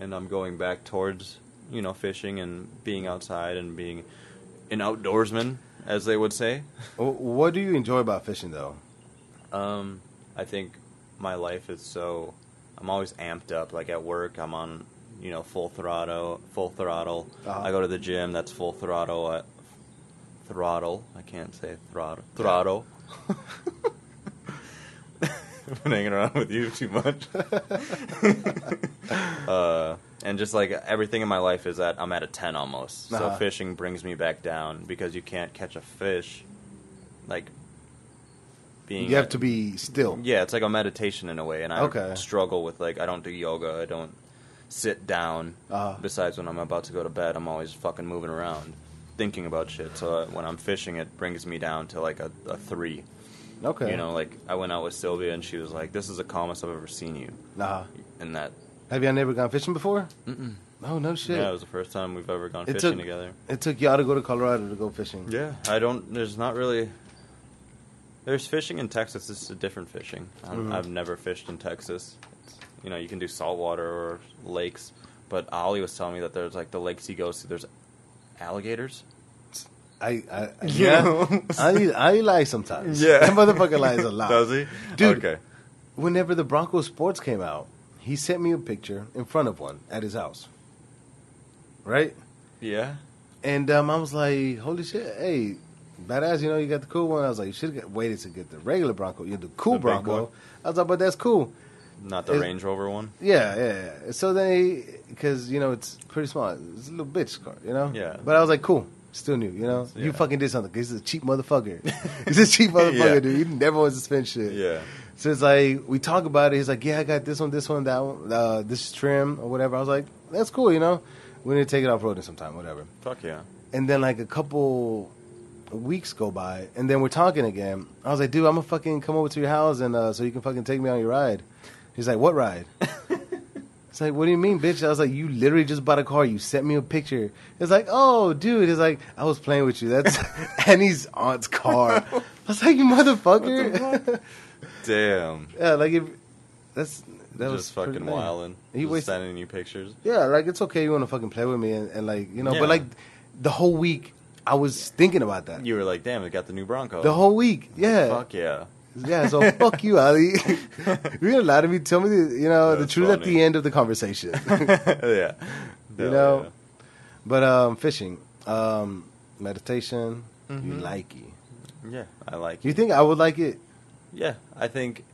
and I'm going back towards you know fishing and being outside and being an outdoorsman, as they would say. Wh- What do you enjoy about fishing though? Um, I think my life is so. I'm always amped up. Like at work, I'm on, you know, full throttle. Full throttle. Uh-huh. I go to the gym. That's full throttle. At, throttle. I can't say throttle. Throttle. I've been hanging around with you too much. uh, and just like everything in my life is at I'm at a ten almost. So Uh-huh. fishing brings me back down because you can't catch a fish, like being You have to be still. yeah, it's like a meditation in a way, and I Okay. struggle with like I don't do yoga, I don't sit down. Uh-huh. Besides, when I'm about to go to bed, I'm always fucking moving around, thinking about shit. So uh, when I'm fishing, it brings me down to like a, a three. Okay. You know, like I went out with Sylvia, and she was like, "This is the calmest I've ever seen you," Nah. and that Have y'all never gone fishing before? Oh no shit. yeah, it was the first time we've ever gone It fishing took- together. It took y'all to go to Colorado to go fishing. Yeah, I don't. There's not really. There's fishing in Texas. It's a different fishing. I'm, Mm-hmm. I've never fished in Texas. It's, you know, you can do saltwater or lakes, but Ollie was telling me that there's like the lakes he goes to. There's alligators. I, I, I Yeah. I, I lie sometimes. Yeah. That motherfucker lies a lot. he? Dude. Okay. Whenever the Broncos sports came out, he sent me a picture in front of one at his house. Right? Yeah. And um, I was like, holy shit, hey, badass, you know, you got the cool one. I was like, you should have waited to get the regular Bronco, you know, the cool The big one. Bronco. I was like, but that's cool. Not the Is- Range Rover one. Yeah, yeah, yeah. So they, because you know it's pretty small. It's a little bitch car, you know. Yeah. But I was like, cool, still new, you know. Yeah. You fucking did something. 'cause He's a cheap motherfucker. he's a cheap motherfucker, Yeah. dude. He never wants to spend shit. Yeah. So it's like we talk about it. He's like, yeah, I got this one, this one, that one, uh, this trim or whatever. I was like, that's cool, you know. We need to take it off roading sometime, whatever. Fuck yeah. And then like a couple weeks go by, and then we're talking again. I was like, dude, I'm gonna fucking come over to your house and uh, so you can fucking take me on your ride. He's like, what ride? it's like, what do you mean, bitch? I was like, you literally just bought a car. You sent me a picture. It's like, oh, dude. It's like, I was playing with you. That's Annie's aunt's car. I was like, you motherfucker. Damn. yeah, like if that's that was just fucking pretty lame. wilding. He He was wasted- sending you pictures. Yeah, like it's okay. You want to fucking play with me and, and like you know, Yeah. but like the whole week I was thinking about that. You were like, "Damn, it got the new Bronco." The whole week, yeah, Fuck yeah. yeah. So fuck you, Ali. You're gonna lie to me. Tell me, the, you know, the That's truth at funny. the end of the conversation. yeah. You Hell know? but um, fishing, um, meditation, Mm-hmm. you like it. Yeah, yeah I like. You think I would like it? Yeah, I think.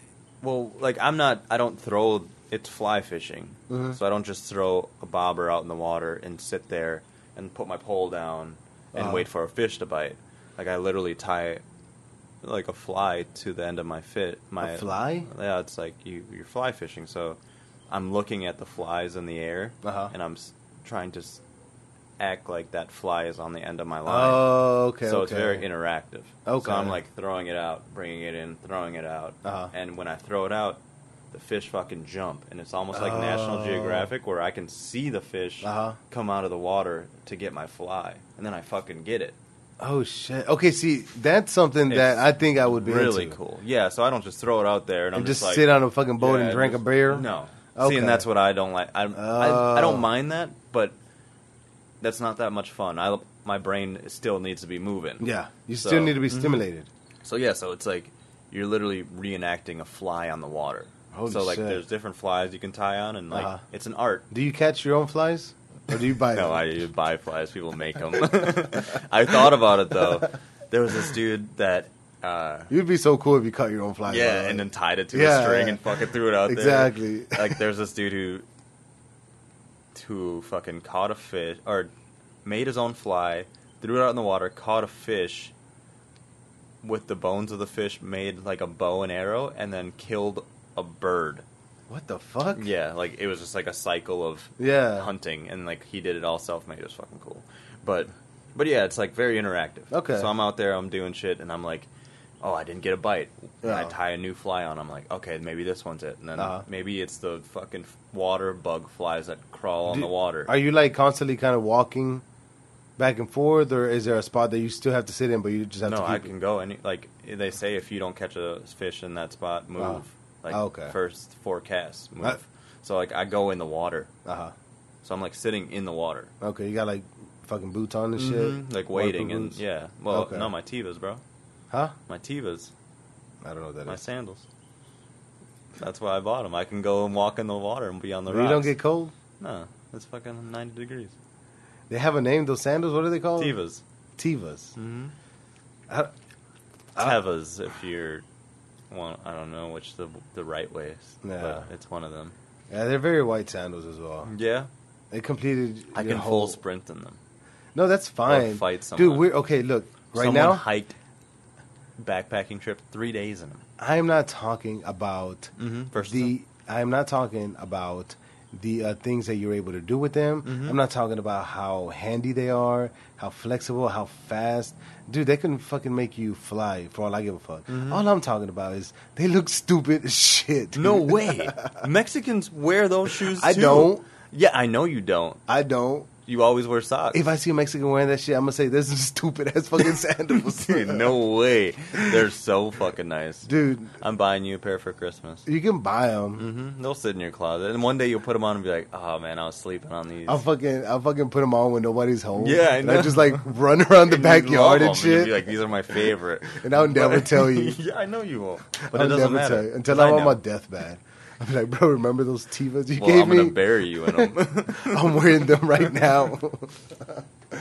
Well, like I'm not. I don't throw. It's fly fishing, Mhm. so I don't just throw a bobber out in the water and sit there and put my pole down and Uh-huh. wait for a fish to bite. Like I literally tie like a fly to the end of my fit. My fly? Yeah, it's like you you're fly fishing, so I'm looking at the flies in the air Uh-huh. and I'm s- trying to s- act like that fly is on the end of my line Oh, okay. so okay. it's very interactive. Okay. So I'm like throwing it out, bringing it in, throwing it out, Uh-huh. and when I throw it out, the fish fucking jump, and it's almost like National Oh. Geographic where I can see the fish Uh-huh. come out of the water to get my fly, and then I fucking get it. oh shit. Okay, see, that's something that It's I think I would be Really into. cool. Yeah. So I don't just throw it out there and, I'm And just just like, sit on a fucking boat Yeah, and drink just- a beer. No. See, Okay. Oh. and that's what I don't like. I, I I don't mind that, but that's not that much fun. I my brain still needs to be moving. Yeah, you So- mm-hmm. still need to be stimulated. So yeah, so it's like you're literally reenacting a fly on the water. Holy so like shit. there's different flies you can tie on and like Uh-huh. it's an art. Do you catch your own flies, or do you buy No, them? I you buy flies. People make them. I thought about it though. There was this dude that uh, You'd be so cool if you caught your own flies. yeah, bro. and then tied it to Yeah, a string yeah. and fucking threw it out there. Exactly. Like there's this dude who who fucking caught a fish or made his own fly, threw it out in the water, caught a fish with the bones of the fish made like a bow and arrow and then killed a bird. what the fuck? Yeah, like it was just like a cycle of Yeah. hunting, and like he did it all self made. It was fucking cool, but but yeah, it's like very interactive. Okay. so I'm out there, I'm doing shit, and I'm like, oh, I didn't get a bite. And I Yeah. tie a new fly on. I'm like, okay, maybe this one's it, and then Uh-huh. maybe it's the fucking water bug flies that crawl on Do- the water. Are you like constantly kind of walking back and forth, or is there a spot that you still have to sit in, but you just have no, to? I Keep can go any like they say if you don't catch a fish in that spot, move. Like Oh, okay. first four casts, move. Uh- so like I go in the water. Uh huh. So I'm like sitting in the water. Okay, you got like fucking boots on and shit, Mhm, Like waiting Waterproof and boots? yeah. Well, Okay. no, my Tevas, bro. Huh? My Tevas, I don't know what that my is. sandals. That's why I bought them. I can go and walk in the water and be on the you rocks. don't get cold. no. It's fucking ninety degrees. They have a name. Those sandals. What are they called? Tevas, Tevas. mm-hmm. I- I- Tevas. If you're, well, I don't know which the the right way is, Yeah. but it's one of them. Yeah, they're very white sandals as well. Yeah, They completed. Mm. I your can whole... full sprint in them. No, that's fine. fight Dude, someone. we're okay. Look, right Someone now. hiked backpacking trip, three days in them. I am not talking about Mm-hmm. First the. I am not talking about the uh, things that you're able to do with them. Mm-hmm. I'm not talking about how handy they are, how flexible, how fast. Dude, they can fucking make you fly for all I give a fuck. Mm-hmm. All I'm talking about is they look stupid as shit. no way. Mexicans wear those shoes. I too. don't. Yeah, I know you don't. I don't. You always wear socks. If I see a Mexican wearing that shit, I'm gonna say this is stupid ass fucking sandals. Dude, no way. They're so fucking nice. dude, I'm buying you a pair for Christmas. you can buy them. hmm They'll sit in your closet, and one day you'll put them on and be like, "Oh man, I was sleeping on these." I'll fucking I'll fucking put them on when nobody's home. Yeah, I And I know. just like run around the And you'd love backyard 'em, and you'd shit. be like, "These are my favorite," And I'll never But- tell you. yeah, I know you won't. But it I'll doesn't never matter tell you until 'cause I I'm on know. my deathbed. I'm like, bro, remember those Tevas you Well, gave I'm me? gonna bury you in them. I'm wearing them right now.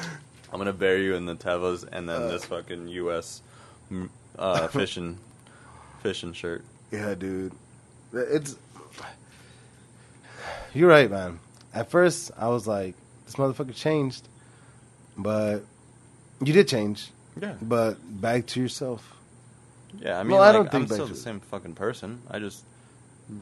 I'm gonna bury you in the Tevas and Uh. then this fucking U.S. m- uh, fishing fishing shirt. yeah, dude. It's You're right, man. At first I was like, this motherfucker changed. But you did change. Yeah, But back to yourself. yeah. I mean, No, I like, don't I'm think still that the should- same fucking person. I just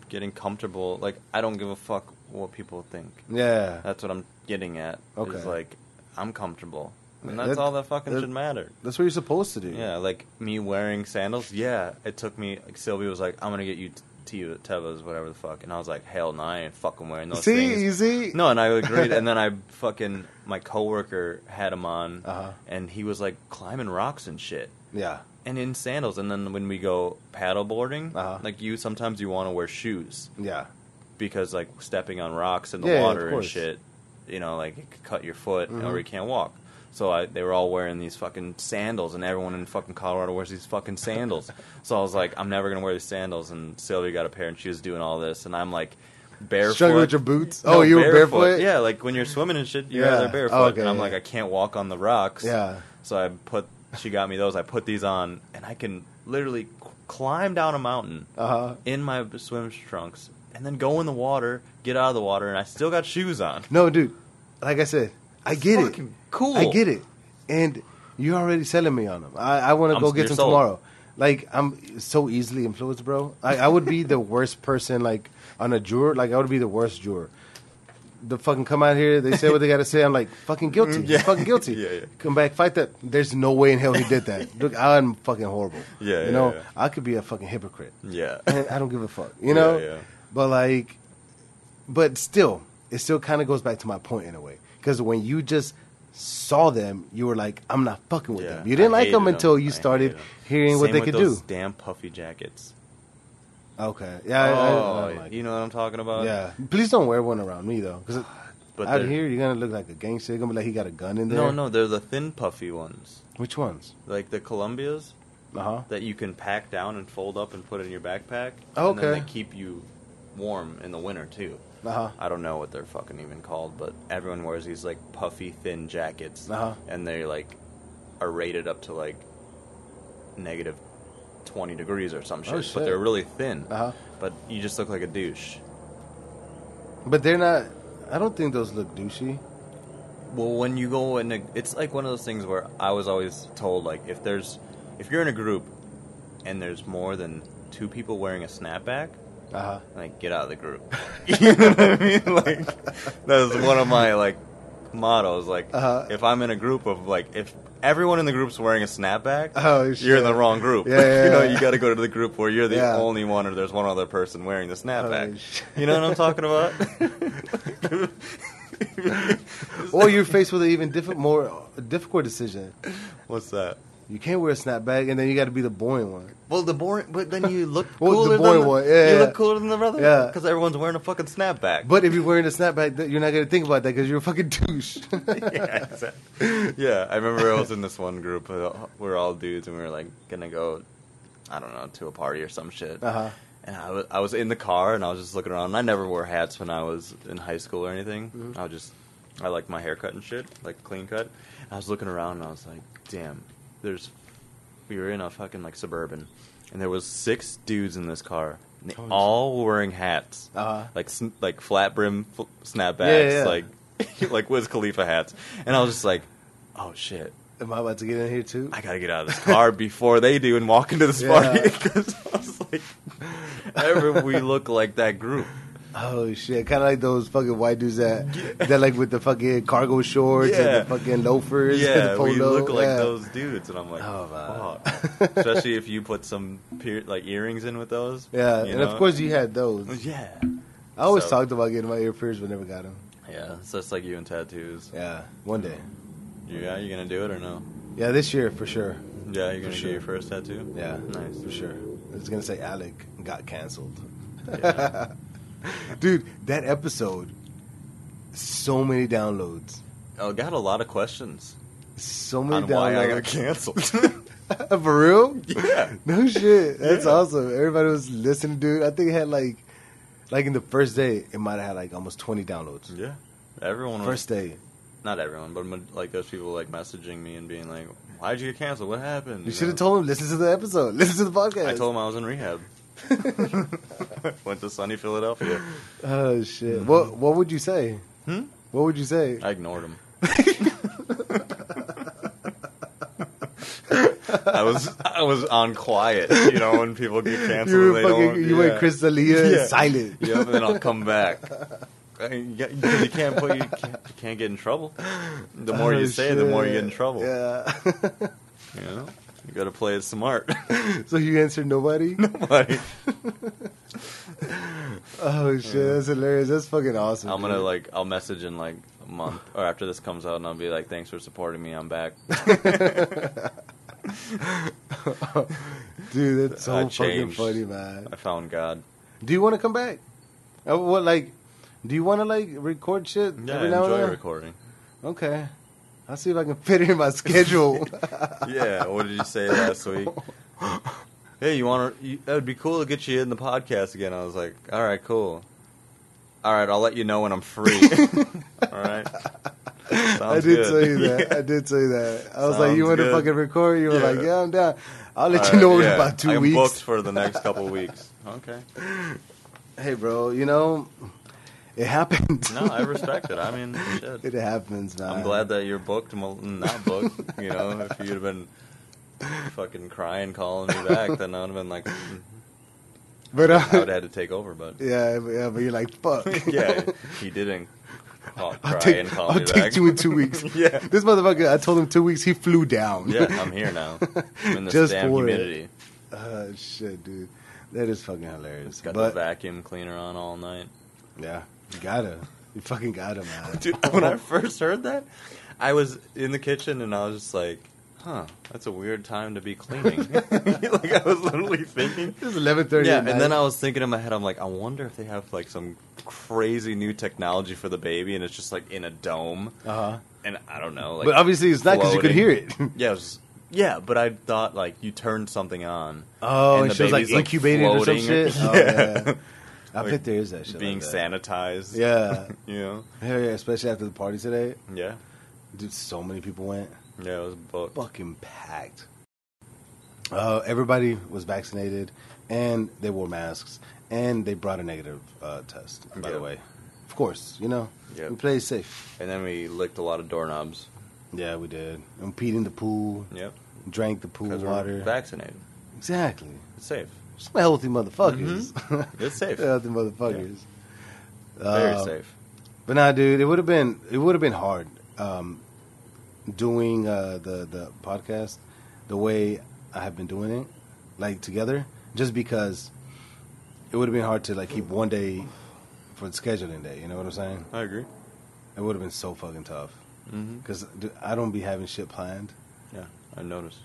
getting comfortable. Like I don't give a fuck what people think. Yeah. That's what I'm getting at. Okay. Is like I'm comfortable, and Yeah, that's that- all that fucking that- should matter. That's what you're supposed to do. Yeah, like me wearing sandals. Yeah, it took me. Like, Sylvia was like, "I'm gonna get you t- Teva- Tevas, whatever the fuck," and I was like, "Hell no, I ain't fucking wearing those See, things." you see? No, and I agreed. and then I fucking my coworker had him on, Uh-huh. and he was like climbing rocks and shit, Yeah. and in sandals. And then when we go paddleboarding, Uh-huh. like you sometimes you want to wear shoes Yeah. because like stepping on rocks in the Yeah, water of and course. Mm-hmm. shit, you know, like it could cut your foot or you can't walk. So I, they were all wearing these fucking sandals, and everyone in fucking Colorado wears these fucking sandals. so I was like, I'm never gonna wear these sandals. And Sylvia got a pair, and she was doing all this, and I'm like, barefoot. Struggling with your boots. No, oh, you were barefoot? Yeah, like when you're swimming and shit, you're Yeah. either barefoot. Oh, okay, and I'm yeah. like, I can't walk on the rocks. Yeah. So I put, she got me those. I put these on, and I can literally c- climb down a mountain Uh-huh. in my swim trunks and then go in the water, get out of the water, and I still got shoes on. No, dude. Like I said, I get it. Fucking cool. I get it. And you're already selling me on them. I, I want to I'm- go get you're them sold. tomorrow. Like I'm so easily influenced, bro. I, I would be the worst person, like on a juror. Like I would be the worst juror. The fucking come out here. They say what they got to say. I'm like fucking guilty. Mm, yeah. Fucking guilty. Yeah, yeah. Come back, fight that. There's no way in hell he did that. Look, I'm fucking horrible. Yeah, you yeah, know, yeah. I could be a fucking hypocrite. Yeah. And I don't give a fuck, you know. Yeah, yeah. But like, but still, it still kind of goes back to my point in a way because when you just saw them, you were like, "I'm not fucking with Yeah, them." You didn't I like them hated until them. you I started hated them. hearing what Same they with could those do. Damn puffy jackets. Okay, yeah, I- I- oh, I, don't like you it. know what I'm talking about? yeah. Please don't wear one around me though, because But out they're- here you're gonna look like a gangster. You're gonna be like, "He got a gun in there." No, no, they're the thin puffy ones, Which ones? like the Columbias Uh huh. that you can pack down and fold up and put in your backpack. Oh, And then okay. they keep you warm in the winter too. Uh huh. I don't know what they're fucking even called, but everyone wears these like puffy thin jackets, Uh-huh. and they like are rated up to like negative twenty degrees or some shit, Oh, shit. but they're really thin. Uh-huh. But you just look like a douche. But they're not. I don't think those look douchey. Well, when you go in, a, it's like one of those things where I was always told like if there's if you're in a group and there's more than two people wearing a snapback, Uh huh. like get out of the group. you know what I mean? Like that was one of my like mottos. Like Uh-huh. if I'm in a group of like if everyone in the group's wearing a snapback, Oh, you're in shit. the wrong group. Yeah, yeah, you know, yeah. you got to go to the group where you're the Yeah. Oh, only one, or there's one other person wearing the snapback. shit. you know what I'm talking about? Or you're faced with an even different, more difficult decision. What's that? You can't wear a snapback, and then you got to be the boring one. Well, the boring, but then you look Well, cooler the boring than the, one, yeah, you yeah. look cooler than the brother, Yeah. because everyone's wearing a fucking snapback. But if you're wearing a snapback, th- you're not gonna think about that because you're a fucking douche. yeah, exactly. Yeah, I remember I was in this one group. uh, We are all dudes, and we were like gonna go, I don't know, to a party or some shit. Uh-huh. And I was I was in the car, and I was just looking around. And I never wore hats when I was in high school or anything. Mm-hmm. I was just I like my haircut and shit, like clean cut. I was looking around, and I was like, damn, there's we were in a fucking like suburban, and there was six dudes in this car. and they Oh, all wearing hats, Uh-huh. like sn- like flat brim f- snapbacks, Yeah, yeah. like like Wiz Khalifa hats, and I was just like, "Oh shit, Am I about to get in here too? I gotta get out of this car before they do and walk into this party Yeah. 'cause I was like, ever we look like that group. Oh shit! Kind of like those fucking white dudes that that like with the fucking cargo shorts Yeah. and the fucking loafers. and Yeah, the we polo. look like Yeah. those dudes, and I'm like, Oh, man. fuck. Especially if you put some pier- like earrings in with those. Yeah, you and know? of course you had those. Yeah. I always So- talked about getting my ear pierced, but never got them. Yeah, so it's like you and tattoos. Yeah, one day. You yeah, you gonna do it or no? Yeah, this year for sure. Yeah, you're gonna For get sure. your first tattoo. Yeah, Nice. for sure. I was gonna say Alec got canceled, Yeah. dude. That episode, so many downloads, I Oh, got a lot of questions so many on downloads. why I got canceled. for real? yeah. No shit. That's Yeah. awesome. Everybody was listening, dude. I think it had like, like in the first day, it might have had like almost twenty downloads. Yeah. Everyone was First day, not everyone, but mo- like those people like messaging me and being like, "Why'd you get canceled? What happened?" you know? should have told him listen to the episode, listen to the podcast. I told him I was in rehab. Went to sunny Philadelphia. Oh shit. What What would you say? Mm-hmm. Hmm? What would you say? I ignored him. I was I was on quiet, you know, when people get canceled. You were they fucking. don't, you went yeah. Chris D'Elia Yeah. silent. Yeah, and then I'll come back. I mean, You got- you can't put you can't, you can't get in trouble. The more Oh, you say, the more you get in shit. trouble. Yeah. You know, you got to play it smart. so you answered nobody. Like, Oh shit, that's hilarious. That's fucking awesome. I'm gonna dude. like I'll message in like a month or after this comes out, and I'll be like, "Thanks for supporting me. I'm back. dude. That's so I fucking changed. funny, man. I found God." Do you want to come back? Uh, what like? Do you want to like record shit Yeah, every I now enjoy and then? recording. Okay, I'll see if I can fit it in my schedule. Yeah, what did you say last week? Hey, you want to? That would be cool to get you in the podcast again. I was like, "All right, cool. All right, I'll let you know when I'm free." All right. Sounds I did good. tell you that. Yeah. I did tell you that. I was like, Sounds you want to good. fucking record? You were Yeah. like, yeah, I'm down. I'll let All you right, know in yeah. about two I'm weeks. booked for the next couple weeks. Okay. Hey, bro, you know, it happens. No, I respect it. I mean, shit. it happens, man. I'm glad that you're booked, mo- not booked. You know, if you'd have been fucking crying, calling me back, then I would have been like, mm, But I would uh, have had to take over. But yeah, but- yeah, but you're like, fuck. yeah, he didn't call, cry I'll take, and call I'll me take back. you in two weeks. yeah, This motherfucker, I told him two weeks. He flew down. yeah, I'm here now. I'm in this Just damn for it. humidity. Uh, shit, dude. That is fucking hilarious. It's got but the vacuum cleaner on all night. yeah, you gotta. You fucking gotta, man. Dude, when oh. I first heard that, I was in the kitchen and I was just like, "Huh, that's a weird time to be cleaning." like I was literally thinking, It's eleven thirty. yeah, and then I was thinking in my head, I'm like, I wonder if they have like some crazy new technology for the baby, and it's just like in a dome, Uh huh. and I don't know. Like, But obviously, it's not because you could floating. hear it. yeah, it was, yeah, but I thought like you turned something on, Oh, And and, the she was like baby's, like, incubated or some floating. shit. Oh, Yeah. yeah, yeah. I Like, bet there is that shit. being like that. sanitized. Yeah. you know, Hell yeah, especially after the party today. yeah, Dude, so many people went. yeah, it was booked. Fucking packed. Uh, everybody was vaccinated and they wore masks and they brought a negative uh, test, by Yeah. the way. Of course, you know, Yeah. we played safe. And then we licked a lot of doorknobs. Yeah, we did. And peed in the pool, Yep, drank the pool because water. we're vaccinated. exactly. It's safe. Some healthy motherfuckers. Mm-hmm. It's safe. healthy motherfuckers. Very Uh, safe. But nah, dude, it would have been it would have been hard um, doing uh, the the podcast the way I have been doing it, like together, just because it would have been hard to like keep one day for the scheduling day. You know what I'm saying? I agree. It would have been so fucking tough hmm because I don't be having shit planned. Yeah, I noticed.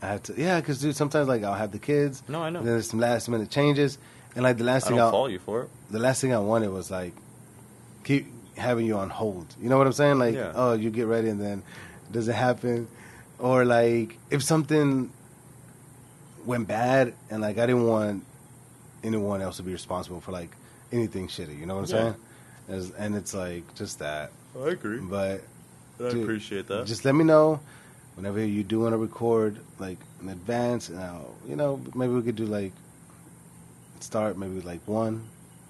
I have to, yeah, because dude, sometimes like I'll have the kids. No, I know. and then there's some last minute changes, and like the last I thing don't I'll, fault you for it. the last thing I wanted was like keep having you on hold. You know what I'm saying? Like, Yeah. oh, you get ready and then does it happen? Or like if something went bad and like I didn't want anyone else to be responsible for like anything shitty. You know what I'm Yeah. saying? As, and it's like just that. I agree. But I Dude, appreciate that. just let me know whenever you do want to record like in advance and I'll, you know maybe we could do like start maybe like one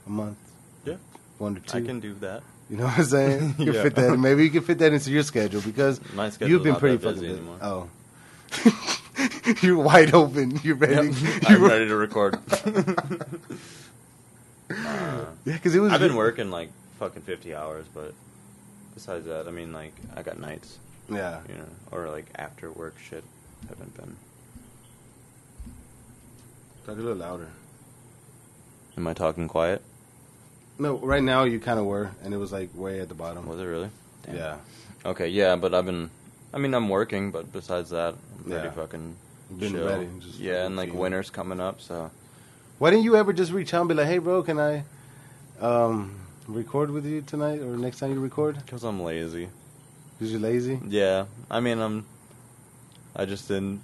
a month Yeah. one to two I can do that. You know what I'm saying? You can Yeah. fit that. Maybe you can fit that into your schedule because My schedule's you've been not pretty that fucking busy busy. anymore. Oh, you're wide open. You're ready. I'm ready to record. Uh, Yeah, because it was. I've been working like fucking 50 hours, but besides that, I mean, like, I got nights, Yeah, you know, or like after work shit. Haven't been. talk a little louder. Am I talking quiet? No, right now you kind of were, and it was like way at the bottom. Was it really? Damn. Yeah, Okay, yeah, but I've been. I mean, I'm working, but besides that, I'm pretty Yeah. fucking. You've been chill. ready, just yeah, and like fucking- winter's coming up, so Why didn't you ever just reach out and be like, "Hey, bro, can I um, record with you tonight or next time you record?" because I'm lazy. Because you're lazy. Yeah, I mean, I'm. I just didn't.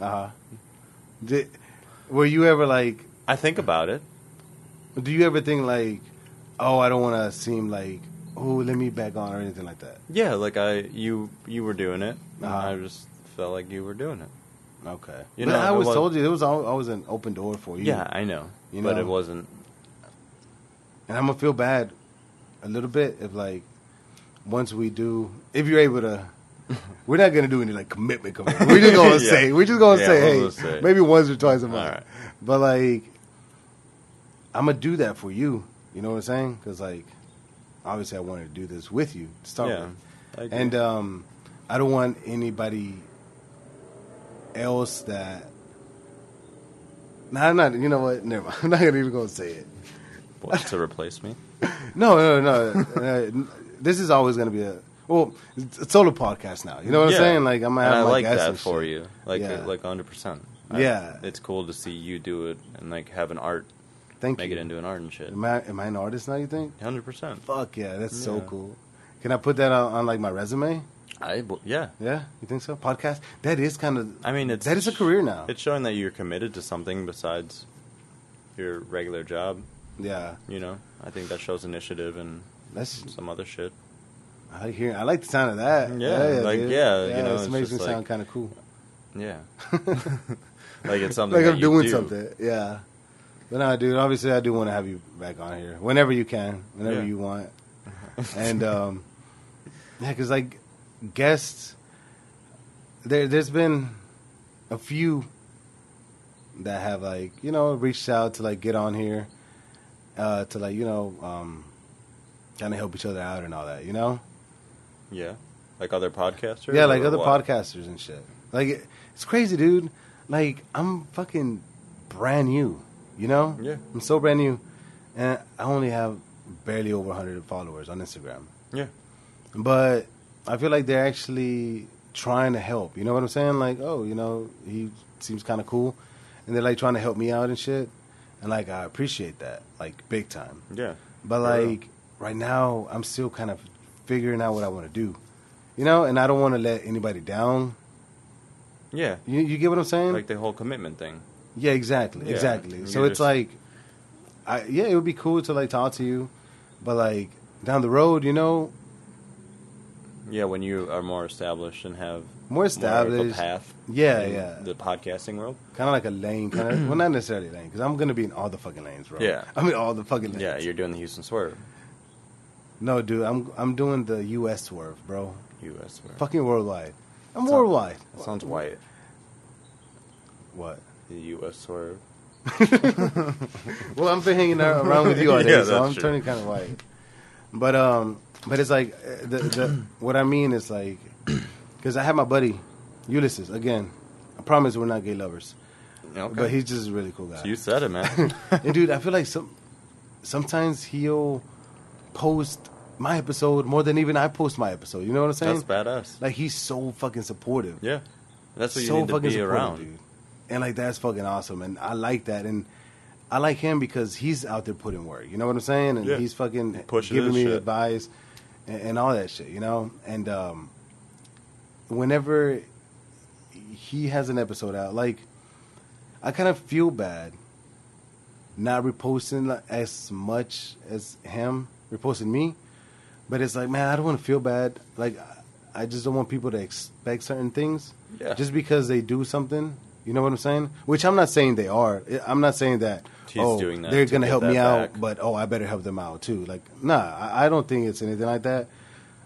Uh huh. Did were you ever like? I think about it. Do you ever think like, "Oh, I don't want to seem like, oh, let me back on" or anything like that? Yeah, like I, you, you were doing it. and Uh-huh. I just felt like you were doing it. Okay. You but know, I it always was- told you there was al- always an open door for you. Yeah, I know, You but know. it wasn't. And I'm gonna feel bad a little bit if like once we do, if you're able to. We're not gonna do any like commitment. commitment. We're just gonna Yeah. say. We're just gonna Yeah, say. we'll Hey, just say. maybe once or twice a month. Alright. But like, I'm gonna do that for you. You know what I'm saying? Because like, obviously, I wanted to do this with you to start Yeah, uh, with. I agree. And um, I don't want anybody else that. No, I'm not. You know what? Never mind. I'm not gonna even gonna say it. what, to replace me. No, no, no. uh, this is always gonna be a well. It's a solo podcast now. You know what Yeah. I'm saying? Like I'm gonna And have I my like guests that and for shit. you, like Yeah. like hundred percent. Yeah. it's cool to see you do it and like have an art, Thank make you. it into an art and shit. Am I am I an artist now? You think? Hundred percent. Fuck yeah, that's so Yeah. cool. Can I put that on, on like my resume? I w- yeah. Yeah, you think so? Podcast. That is kind of. I mean, it's that is a career now. It's showing that you're committed to something besides your regular job. Yeah, You know, I think that shows initiative and that's. some other shit. I like hearing. I like the sound of that. Yeah, like, dude. yeah, you know, this it's makes me just sound like- kind of cool. Yeah, like it's something Like that I'm you doing do. something. Yeah. But no, dude. Obviously, I do want to have you back on here whenever you can, whenever Yeah. you want, and um, yeah, because like guests, there there's been a few that have like you know reached out to like get on here, uh, to like you know um, kind of help each other out and all that, you know. Yeah, like other podcasters. Yeah, like or other what? podcasters and shit. Like it- it's crazy, dude. Like I'm fucking brand new, you know? Yeah. I'm so brand new, and I only have barely over 100 followers on Instagram. Yeah, But I feel like they're actually trying to help. You know what I'm saying? Like, oh, you know, he seems kind of cool, and they're like trying to help me out and shit. And like I appreciate that, like big time. yeah. But For real. like right now, I'm still kind of figuring out what I want to do, you know. And I don't want to let anybody down. yeah, You, you get what I'm saying? like the whole commitment thing. yeah, exactly, Yeah. exactly. You So just- it's like, I yeah, it would be cool to like talk to you, but like down the road, you know, Yeah, when you are more established and have more more of a established, path. Yeah, in yeah. The podcasting world. kind of like a lane, kind of well, not necessarily lane, because I'm gonna be in all the fucking lanes, bro. Yeah. I'm in all the fucking lanes. Yeah, you're doing the Houston Swerve. no, dude, I'm I'm doing the U.S. swerve, bro. U.S. Swerve. Fucking worldwide. I'm Sound- worldwide. That sounds white. What? The U.S. Swerve. Well, I've been hanging out around with you all day, Yeah, so that's I'm true. turning kind of white. But um, but it's like uh, the the what I mean is like because I have my buddy Ulysses again. I promise we're not gay lovers, Okay. but he's just a really cool guy. you said it, man. and dude, I feel like some sometimes he'll post my episode more than even I post my episode. You know what I'm saying? That's badass. Like he's so fucking supportive. yeah, that's what you so need to fucking be supportive, around. dude. And like that's fucking awesome, and I like that, and I like him because he's out there putting work. You know what I'm saying? And Yeah. he's fucking Pushing giving his me shit. advice and, and all that shit. You know, and um, whenever he has an episode out, like I kind of feel bad not reposting like, as much as him reposting me, but it's like, man, I don't want to feel bad. Like, I- I just don't want people to expect certain things Yeah. just because they do something. You know what I'm saying? Which I'm not saying they are. I- I'm not saying that. he's oh, doing that. They're to gonna get help that me out, back. but oh, I better help them out too. Like, nah, I, I don't think it's anything like that.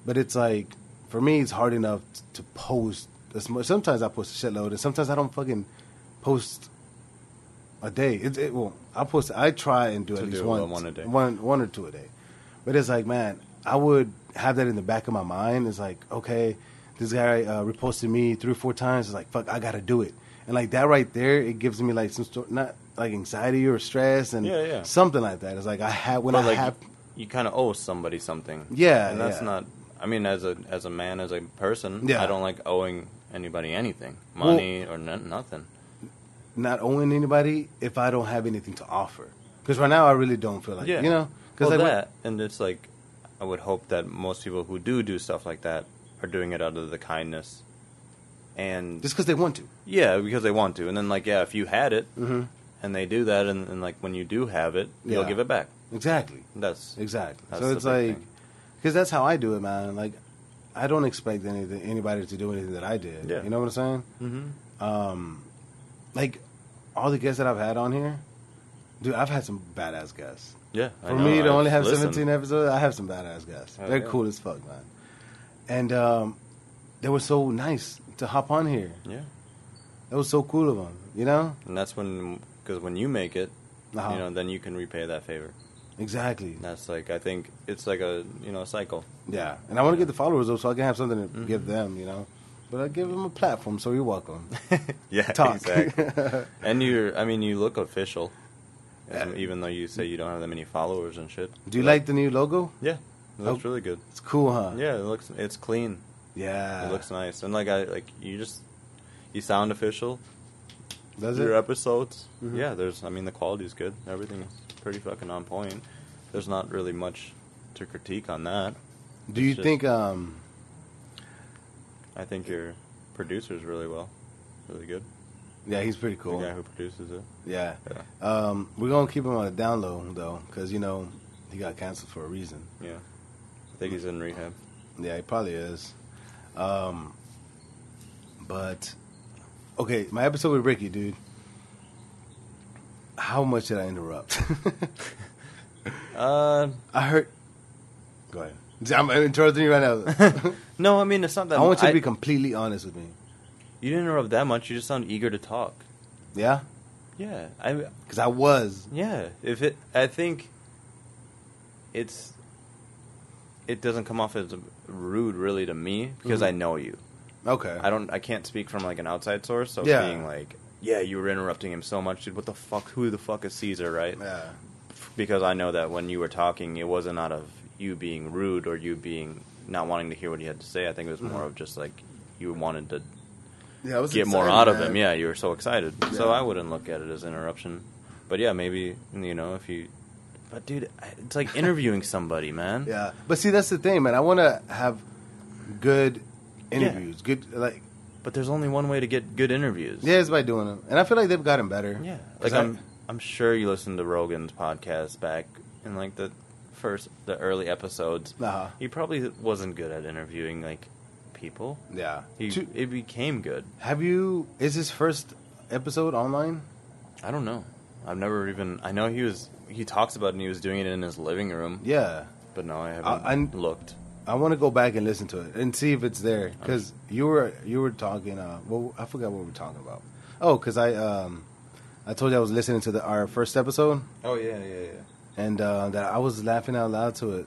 But it's like for me, it's hard enough t- to post as much. Sometimes I post a shitload, and sometimes I don't fucking post a day. It, it well, I post. I try and do To at least do one, one a day. one, one or two a day. But it's like, man, I would have that in the back of my mind. It's like, okay, this guy uh, reposted me three or four times. It's like, fuck, I gotta do it. And like that right there, it gives me like some sort not like anxiety or stress and Yeah, yeah. something like that. It's like I have when But I like, have you kind of owe somebody something. Yeah, and that's yeah. not. I mean, as a as a man, as a person, Yeah. I don't like owing anybody anything, money or n- nothing. not owing anybody if I don't have anything to offer. Because right now I really don't feel like Yeah. you know because Well, like that and it's like, I would hope that most people who do do stuff like that are doing it out of the kindness, and just because they want to. yeah, because they want to. And then like, yeah, if you had it, and they do that, and, and like when you do have it, you'll Yeah. give it back. Exactly. That's Exactly. That's so the it's big like, thing. because that's how I do it, man. Like, I don't expect anything, anybody to do anything that I did. Yeah. You know what I'm saying? hmm Um, Like, all the guests that I've had on here, dude, I've had some badass guests. yeah. I For know, me to I only have listen. 17 episodes, I have some badass guests. Oh, They're yeah. cool as fuck, man. And um, they were so nice to hop on here. Yeah, That was so cool of them, you know? and that's when because when you make it, Uh-huh. you know, then you can repay that favor. Exactly. And that's like I think it's like a you know cycle. Yeah, and I want to get the followers up so I can have something to Mm-hmm. give them, you know. But I give them a platform, so you're welcome. Yeah, Talk. and you're, I mean, you look official, as- even though you say you don't have that many followers and shit. Do you like the new logo? Yeah, it looks Oh. really good. It's cool, huh? Yeah, it looks it's clean. Yeah. It looks nice, and like I like you just you sound official. Does Your it? Mm-hmm. episodes, yeah. There's, I mean, the quality's good. Everything's pretty fucking on point. There's not really much to critique on that. Do you it's just- think um I think your producer's really well, really good. yeah, he's pretty cool. The guy who produces it. Yeah. Yeah. Um we're going to keep him on a down low though cuz you know he got canceled for a reason. Yeah, I Mm. think he's in rehab. Yeah, he probably is. Um but okay, my episode with Ricky, dude. How much did I interrupt? Uh, I heard Go ahead. I'm interrupting you right now. no, I mean it's not that. I want you I- to be completely honest with me. You didn't interrupt that much. You just sound eager to talk. Yeah? Yeah, I Cuz I was. yeah. If it, I think it's it doesn't come off as rude really to me because Mm-hmm. I know you. Okay. I don't. I can't speak from like an outside source. So Yeah. being like, yeah, you were interrupting him so much, dude. What the fuck? Who the fuck is Caesar, right? yeah. Because I know that when you were talking, it wasn't out of you being rude or you being not wanting to hear what he had to say. I think it was Mm-hmm. more of just like you wanted to Yeah, I was get more excited, out of man. him. Yeah, you were so excited. So Yeah. I wouldn't look at it as interruption. But yeah, maybe you know if you. But dude, I- it's like interviewing somebody, man. Yeah, but see, that's the thing, man. I want to have good interviews. Good, like, But there's only one way to get good interviews. yeah, it's by doing them, and I feel like they've gotten better. Yeah. Like 'Cause I'm I'm sure you listened to Rogan's podcast back in like the first the early episodes. Uh-huh. He probably wasn't good at interviewing like people. I- yeah. He To- it became good. have you? Is his first episode online? I don't know. I've never even I know he was he talks about it and he was doing it in his living room, Yeah, but no, I I'm- haven't looked. I want to go back and listen to it and see if it's there because you were you were talking. Uh, well, I forgot what we were talking about. Oh, because I um, I told you I was listening to the, our first episode. Oh yeah, yeah, yeah. and uh, that I was laughing out loud to it,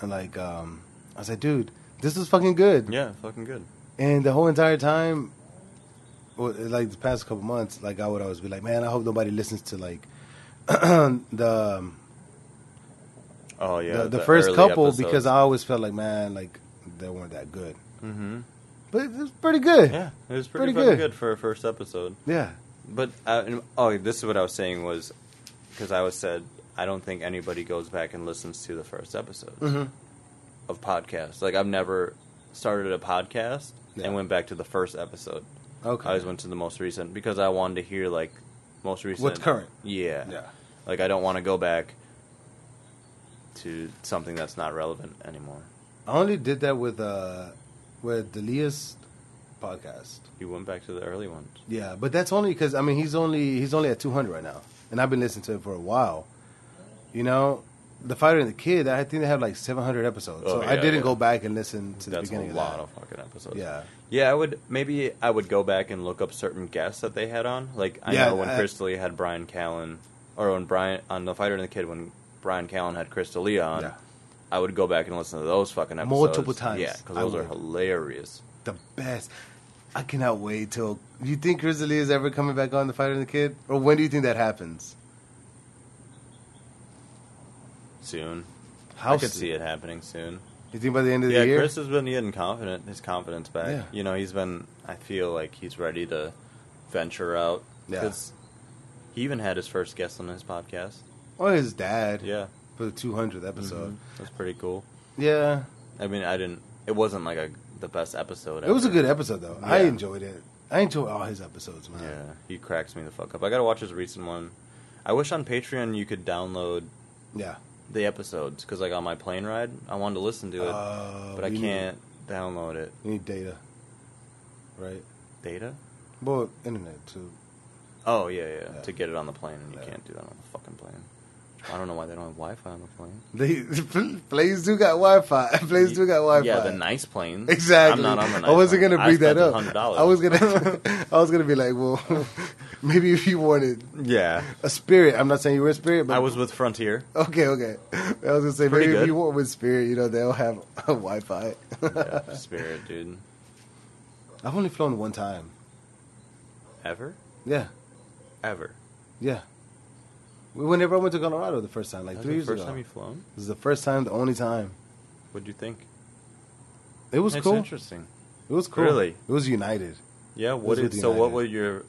and like um, I was like, dude, this is fucking good. Yeah, fucking good. And the whole entire time, well, like the past couple months, like I would always be like, man, I hope nobody listens to like the um, Oh yeah, the, the, first couple because I always felt like, man, like they weren't that good, hmm but it was pretty good. Yeah, it was pretty, Pretty fucking good. good for a first episode. Yeah. But uh, and- oh, this is what I was saying was because I was said I don't think anybody goes back and listens to the first episode Mm. of podcasts. Like I've never started a podcast Yeah. and went back to the first episode. Okay. I always went to the most recent because I wanted to hear like most recent. What's current. Yeah. Yeah. Like I don't want to go back to something that's not relevant anymore. I only did that with uh with Delia's podcast. You went back to the early ones. Yeah, but that's only because I mean he's only he's only at two hundred right now. and I've been listening to it for a while. You know, the fighter and the kid. I think they have like seven hundred episodes, Oh, so I yeah, didn't yeah. go back and listen to the That's a beginning of lot that. of fucking episodes. yeah, Yeah, I would maybe I would go back and look up certain guests that they had on. Like I Yeah, know when I- Chris D'Elia had Brian Callen, or when Brian on the Fighter and the Kid when Brian Callen had Chris D'Elia on. Yeah. I would go back and listen to those fucking episodes Multiple times. Yeah, because I those are would. hilarious. the best. I cannot wait till you think Grizzly is ever coming back on the fighter and the kid, or when do you think that happens? Soon, How I could soon? see it happening soon. You think by the end of Yeah, the year? Chris has been getting confident, his confidence back. Yeah. You know, he's been. I feel like he's ready to venture out. Yeah. 'Cause he even had his first guest on his podcast. or his dad? Yeah, Mm-hmm. for the two hundredth episode. Mhm. that's pretty cool. Yeah, I mean, I didn't. It wasn't like a the best episode. it was a ever. good episode though. I Yeah. enjoyed it. I enjoy all his episodes, man. Yeah, he cracks me the fuck up. I gotta watch his recent one. I wish on Patreon you could download Yeah. the episodes because, like, on my plane ride, I wanted to listen to it, Oh, but I you need- can't download it. you need data, right? Data? Well, internet too. Oh yeah, yeah, Yeah. To get it on the plane, and you Yeah. can't do that on the fucking plane. I don't know why they don't have Wi-Fi on the plane. They Blaze do got Wi Fi. Blaze do got Wi Fi. Yeah, the nice planes. I'm Exactly. not on the nice. I wasn't plane. gonna bring I that up. Hundred dollars. I was gonna. I was gonna be like, well, maybe if you wanted Yeah, a spirit. I'm not saying you were a spirit, but I was with Frontier. Okay, okay. I was gonna say Pretty maybe good. if you went with Spirit, you know they'll have a Wi-Fi. Yeah, Spirit, dude. I've only flown one time. Ever, Yeah, ever. yeah. We- Whenever I went to Colorado the first time, like That was three the years first ago, time you flown. this is the first time, the only time. What'd you think? It was That's cool. Interesting. It was cool. Really? it was United. Yeah. What was did, with so? What United. were your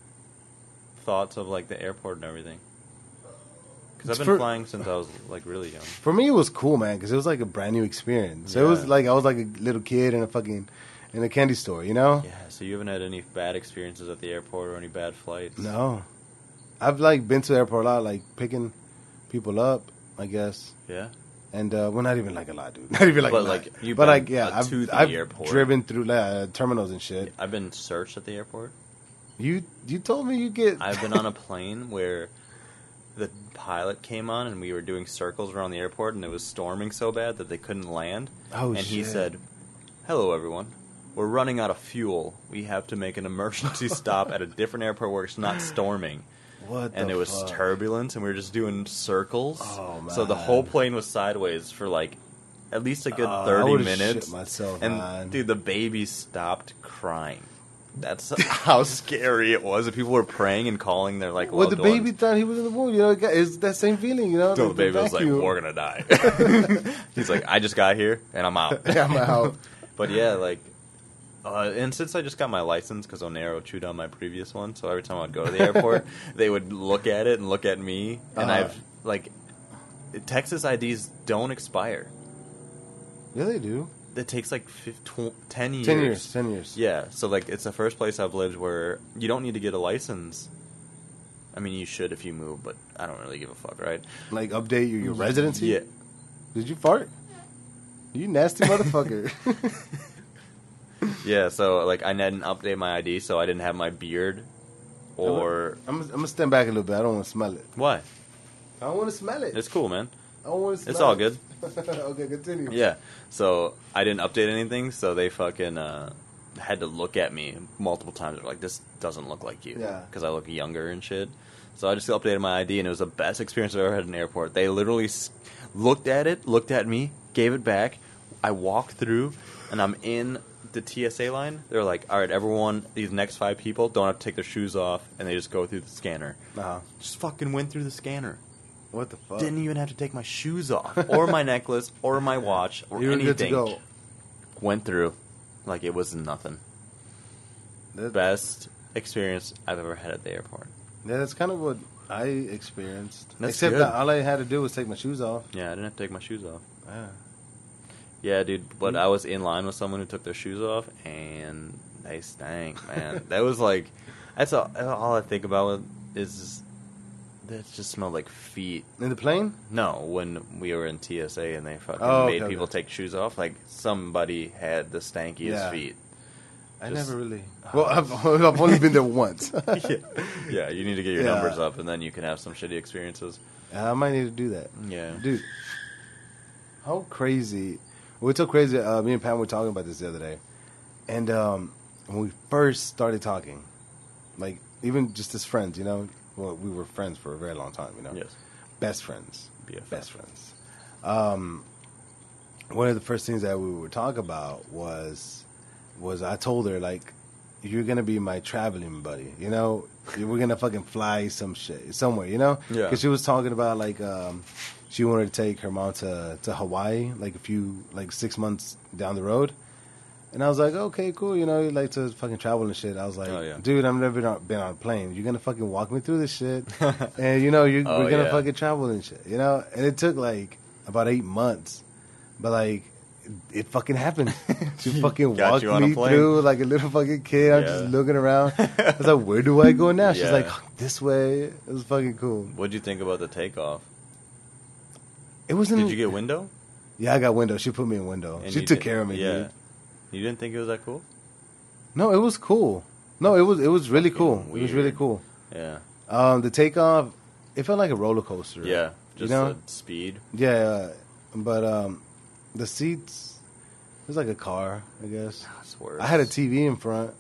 thoughts of like the airport and everything? Because I've It's been for- flying since I was like really young. For me, it was cool, man, because it was like a brand new experience. It was Yeah. like I was like a little kid in a fucking in a candy store, you know? Yeah. So you haven't had any bad experiences at the airport or any bad flights? No, I've like been to the airport a lot, like picking people up, I guess. Yeah. And uh, well, not even like a lot, dude. Not even like, But, a like, lot. you've but been, like, yeah, uh, I've, to the I've airport. driven through like, uh, terminals and shit. I've been searched at the airport. You you told me you get. I've been on a plane where the pilot came on and we were doing circles around the airport and it was storming so bad that they couldn't land. Oh, and he shit. said, "Hello everyone. We're running out of fuel. We have to make an emergency stop at a different airport where it's not storming." what and the it was fuck? turbulence and we were just doing circles. Oh, So the whole man. plane was sideways for like at least a good Oh, I 30 would've minutes. shit myself, and man. dude, the baby stopped crying. That's how scary it was. And people were praying and calling their like Well, loved the baby ones. thought he was in the womb. You know, it got- it's that same feeling. You know, So the the- the baby was like, vacuum. "We're gonna die." He's like, "I just got here and I'm out." Yeah, I'm "Oh." out. But yeah, like, uh, and since I just got my license because Onero chewed on my previous one, so every time I'd go to the airport, they would look at it and look at me, and Uh-huh. I've like, Texas IDs don't expire. Yeah, they do. It takes like 15, 10 years. Ten years. Ten years. Yeah, so like it's the first place I've lived where you don't need to get a license. I mean, you should if you move, but I don't really give a fuck, right? Like update your, your residency. Mm-hmm. Yeah, Did you fart? You nasty motherfucker. yeah. So like I didn't update my ID, so I didn't have my beard, or I'm, I'm gonna stand back a little bit. I don't want to smell it. why? I don't want to smell it. It's cool, man. I don't want to. Smell It's all it. good. okay, continue. Yeah. So I didn't update anything, so they fucking uh, had to look at me multiple times. They're like, "This doesn't look like you," Yeah. because I look younger and shit. So I just updated my ID, and it was the best experience I've ever had in an airport. They literally s- looked at it, looked at me, gave it back. I walked through, and I'm in the TSA line. They're like, "All right, everyone, these next five people don't have to take their shoes off," and they just go through the scanner. Uh-huh. Just fucking went through the scanner. What the fuck? Didn't even have to take my shoes off, or my necklace, or my watch, or You're anything good to go. went through like it was nothing. That- Best experience I've ever had at the airport. Yeah, that's kind of what I experienced. That's Except good. that all I had to do was take my shoes off. Yeah, I didn't have to take my shoes off. Hmm? Yeah. Yeah, dude, but I was in line with someone who took their shoes off and they stank, man. that was like that's all, all I think about is that just smelled like feet. In the plane? No, when we were in TSA and they fucking Oh, made okay, people okay. take shoes off, like somebody had the stankiest Yeah. feet. I Just- never really. Well, I've, I've only been there once. yeah. yeah, you need to get your Yeah. numbers up, and then you can have some shitty experiences. I might need to do that. Yeah. Dude, how crazy. Well, it's so crazy. Uh, me and Pam were talking about this the other day. And um, when we first started talking, like, even just as friends, you know, well, we were friends for a very long time, you know? Yes. Best friends. BFF. Best friends. Um, one of the first things that we would talk about was, was I told her, like, you're going to be my traveling buddy, you know? We're going to fucking fly some shit somewhere, you know? Yeah. 'Cause she was talking about like um, she wanted to take her mom to to Hawaii like a few like six months down the road, and I was like, okay, cool, you know, you like to fucking travel and shit. I was like, Oh, yeah. dude, I've never been on, been on a plane. You're gonna fucking walk me through this shit, and you know, you Oh, we're gonna yeah. fucking travel and shit, you know. And it took like about eight months, but like. It fucking happened. She fucking Got walked you on a me plane. through like a little fucking kid. I'm Yeah. just looking around. I was like, "Where do I go now?" She's Yeah. like, "Oh, "This way." It was fucking cool. What'd you think about the takeoff? It wasn't. Did you get window? Yeah, I got window. She put me in window. And Oh, she you took did- care of me. dude. You didn't think it was that cool? No, it was cool. No, it was it was really cool. It was really weird. cool. Yeah. Um, the takeoff, it felt like a roller coaster. Yeah. Just know? the speed. Yeah, uh, but um, the seats it was like a car, I guess. That's Ah, worse. I had a TV in front.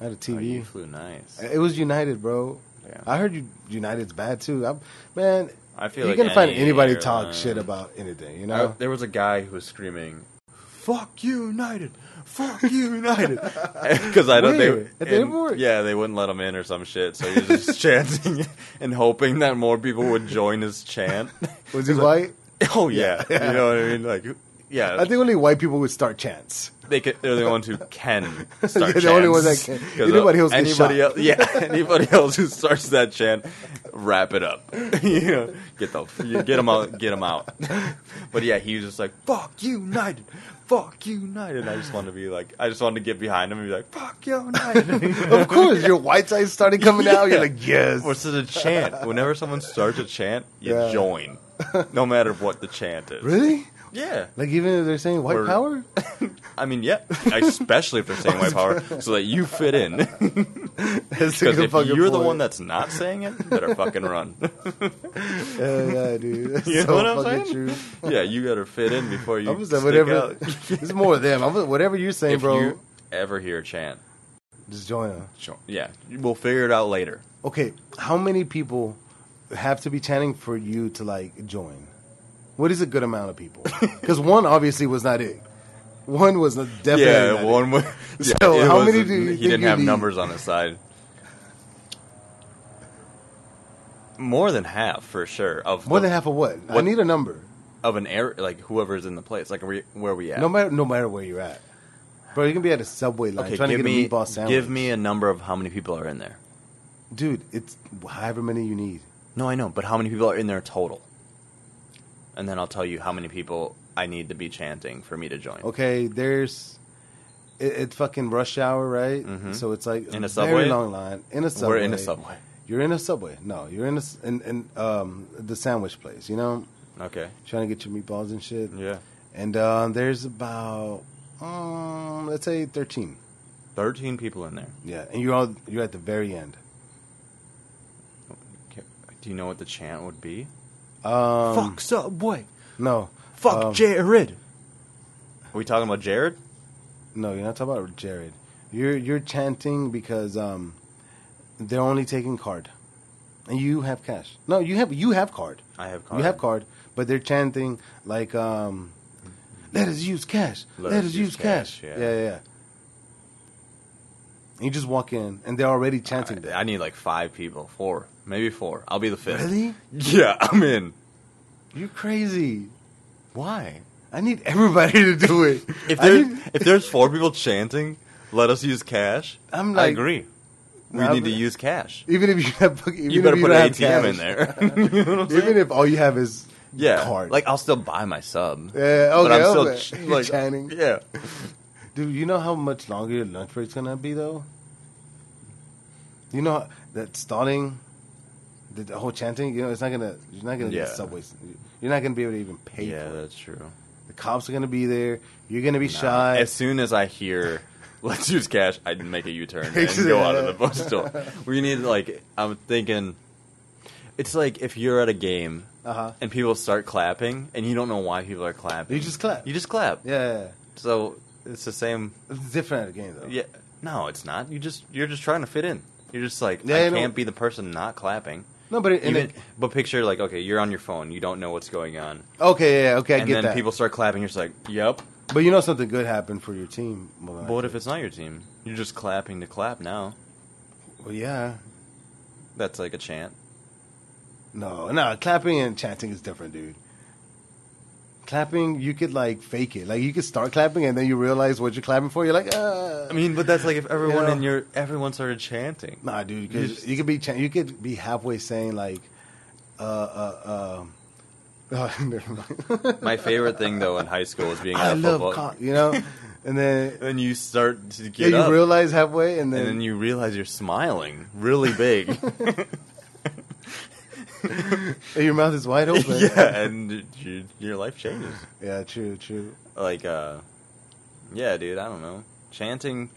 I had a Oh, you TV. Oh, flew nice. it was United, bro. Yeah. I heard you, United's bad too. I'm, man, I feel you're like gonna find any anybody talk airline- shit about anything, you I- know? there was a guy who was screaming, "Fuck United! Fuck United!" Because I don't. Where? They, At the and- airport? Yeah, they wouldn't let him in or some shit. So he was just chanting and hoping that more people would join his chant. was he white? oh yeah, you know what I mean? Like, yeah, I think only white people would start chants. they can, they're the ones who can start They're the only chants. ones that can. 'Cause, uh, Anybody else gets anybody shot. el- yeah, anybody else who starts that chant, wrap it up. you know, get the you get them out, get them out. but yeah, he was just like, "Fuck United, fuck United." I just wanted to be like, I just wanted to get behind him and be like, "Fuck United." of course, your white side started coming out. You're like, yes. What's it a chant? Whenever someone starts a chant, you Yeah. join, no matter what the chant is. Really? Yeah. Like even if they're saying white Or- power? I mean, yeah, especially if they're saying white power, so that you fit in. That's a Because good if fucking you're the point. one that's not saying it, you better fucking run. Hell yeah, dude. That's You know so what I'm fucking saying? true. yeah, you better fit in before you I'm just stick like, whatever. out. it's more of them. I'm, whatever you're saying, if bro. you ever hear a chant, Just join them. jo- yeah, we'll figure it out later. Okay, how many people have to be chanting for you to like join? What is a good amount of people? Because one obviously was not it. One was not- definitely yeah, not it. one. Way, yeah, So it how was- many do you he think didn't you have need? numbers on his side? More than half, for sure, of More the- than half of what? I What- need a number. of an air, like whoever's in the place, like are we- where we at. No matter no matter where you're at, bro. You can be at a subway line okay, trying to give get me a meatball sandwich. give me a number of how many people are in there. dude. It's however many you need. No, I know, but how many people are in there total? And then I'll tell you how many people I need to be chanting for me to join. Okay, there's it, it's fucking rush hour, right? Mhm. So it's like In a very subway? long line in a subway. We're in a subway. You're in a subway. No, you're in a s- in, in um the sandwich place. You know, Okay. trying to get your meatballs and shit. Yeah. And uh, there's about um, let's say thirteen. Thirteen people in there. Yeah, and you're all you're at the very end. Okay. Do you know what the chant would be? Um, Fuck Subway. No, Fuck um, Jared. Are we talking about Jared? No, you're not talking about Jared. You're you're chanting because um, they're only taking card, and you have cash. No, you have you have card. I have card. You have card, but they're chanting like um, let us use cash. Let, us use cash. Yeah, yeah, yeah. And you just walk in, and they're already chanting I, I that. need like five people, four, maybe four. I'll be the fifth. Really? Yeah, I'm in. You're crazy. Why? I need everybody to do it. If I there's need- if there's four people chanting, let us use cash. I'm I like- agree. We I'm- need to use cash. even if you have, even you if better you put don't an have ATM cash, in there. you know what I'm saying? Even if all you have is yeah, card, like I'll still buy my sub. Yeah, but I'm okay, still okay. ch- You're like, chatting. Yeah, Dude, you know how much longer your lunch break's gonna be though. You know that starting the, the whole chanting. You know it's not gonna. You're not gonna Yeah. get subways. You're not gonna be able to even pay yeah, for it. that's true. The cops are gonna be there. You're gonna be Nah, shy. As soon as I hear let's use cash. I didn't make a U turn and go out of the bookstore. We need like I'm thinking, it's like if you're at a game Uh huh. and people start clapping and you don't know why people are clapping. You just clap. you just clap. Yeah, yeah, yeah. So it's the same. It's different at a game though. Yeah. No, it's not. You just you're just trying to fit in. You're just like Yeah, I I know. can't be the person not clapping. No, but in Even- but picture like okay, you're on your phone. You don't know what's going on, a, okay, yeah, yeah, okay, I and get then that. people start clapping. You're just like, yep. but you know something good happened for your team. more than But what if likely. it's not your team? You're just clapping to clap now. Well, yeah. That's like a chant. No, no, clapping and chanting is different, dude. Clapping, you could like fake it. Like you could start clapping and then you realize what you're clapping for. You're like, uh. I mean, but that's like if everyone know. in your everyone started chanting. Nah, dude, You because just- you, could be cha- you could be halfway saying like, uh, uh, uh, oh, never mind. My favorite thing though in high school was being I at a love football. con- you know, and then and you start to yeah, get you up, realize halfway, and and then, then you realize you're smiling really big. and your mouth is wide open. yeah, and you, your life changes. yeah, true, true. Like, uh, yeah, dude, I don't know. Chanting.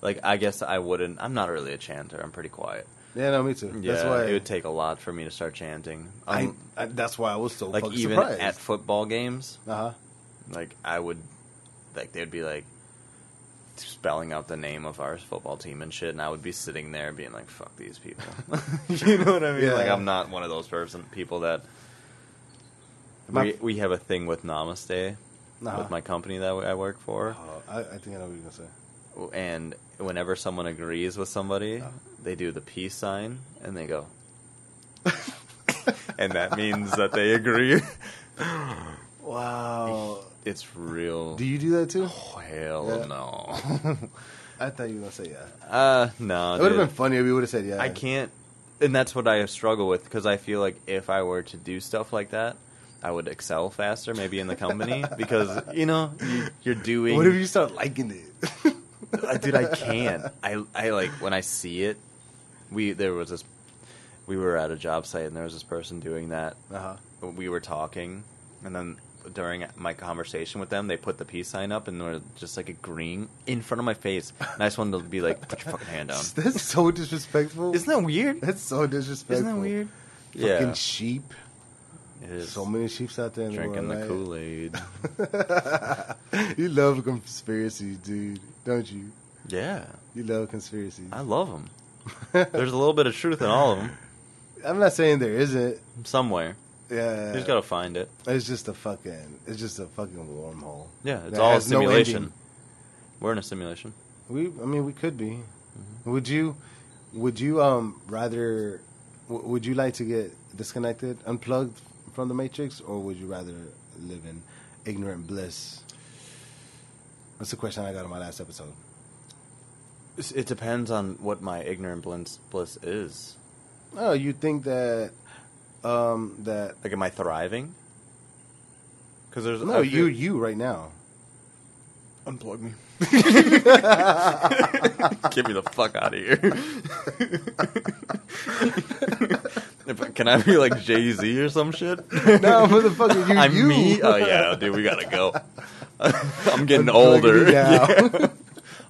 Like, I guess I wouldn't. I'm not really a chanter. I'm pretty quiet. Yeah, no, me too. Yeah, that's why it would take a lot for me to start chanting. I, Um, I, that's why I was so like fucking even surprised. at football games, uh huh. like I would, like they'd be like spelling out the name of our football team and shit, and I would be sitting there being like, "Fuck these people," you know what I mean? Yeah. Like I'm not one of those person people that. My- we, we have a thing with Namaste Uh-huh. with my company that I work for, Oh, I, I think I know what you're gonna say. and whenever someone agrees with somebody, Uh-huh. they do the peace sign and they go, and that means that they agree. Wow. it's real. Do you do that too? Hell Yeah. no. I thought you were gonna say yeah. uh, no. It would have dude. been funny if you would have said yeah. I can't, and that's what I struggle with because I feel like if I were to do stuff like that, I would excel faster, maybe in the company because you know you, you're doing. What if you start liking it? I- dude, I can't. I I like when I see it. We there was this. We were at a job site and there was this person doing that. uh-huh. We were talking, and then during my conversation with them, they put the peace sign up and they were just like agreeing in front of my face. And I just wanted to be like, "Put your fucking hand down." That's so disrespectful. Isn't that weird? That's so disrespectful. Isn't that weird? Fucking Yeah, sheep. it is. So many sheeps out there in drinking the the world, Kool Aid. right? You love conspiracies, dude, don't you? yeah, You love conspiracies. I love them. There's a little bit of truth in all of them I'm not saying there isn't. somewhere. Yeah, You just gotta find it. it's just a fucking, it's just a fucking wormhole. Yeah, it's That all a has no simulation. ending. We're in a simulation. We, I mean, we could be. Would you, would you um rather, w- would you like to get disconnected, unplugged from the matrix, or would you rather live in ignorant bliss? That's the question I got on my last episode. It's- It depends on what my ignorant bliss, bliss is. Oh, you think that, um, that Like, am I thriving? Because there's no, I you, feel- you right now. unplug me. Get me the fuck out of here. If I- Can I be like Jay Z or some shit? No, motherfucker, you, I'm you. me. Oh yeah, dude, we gotta go. I'm getting Unplug older. me now. Yeah.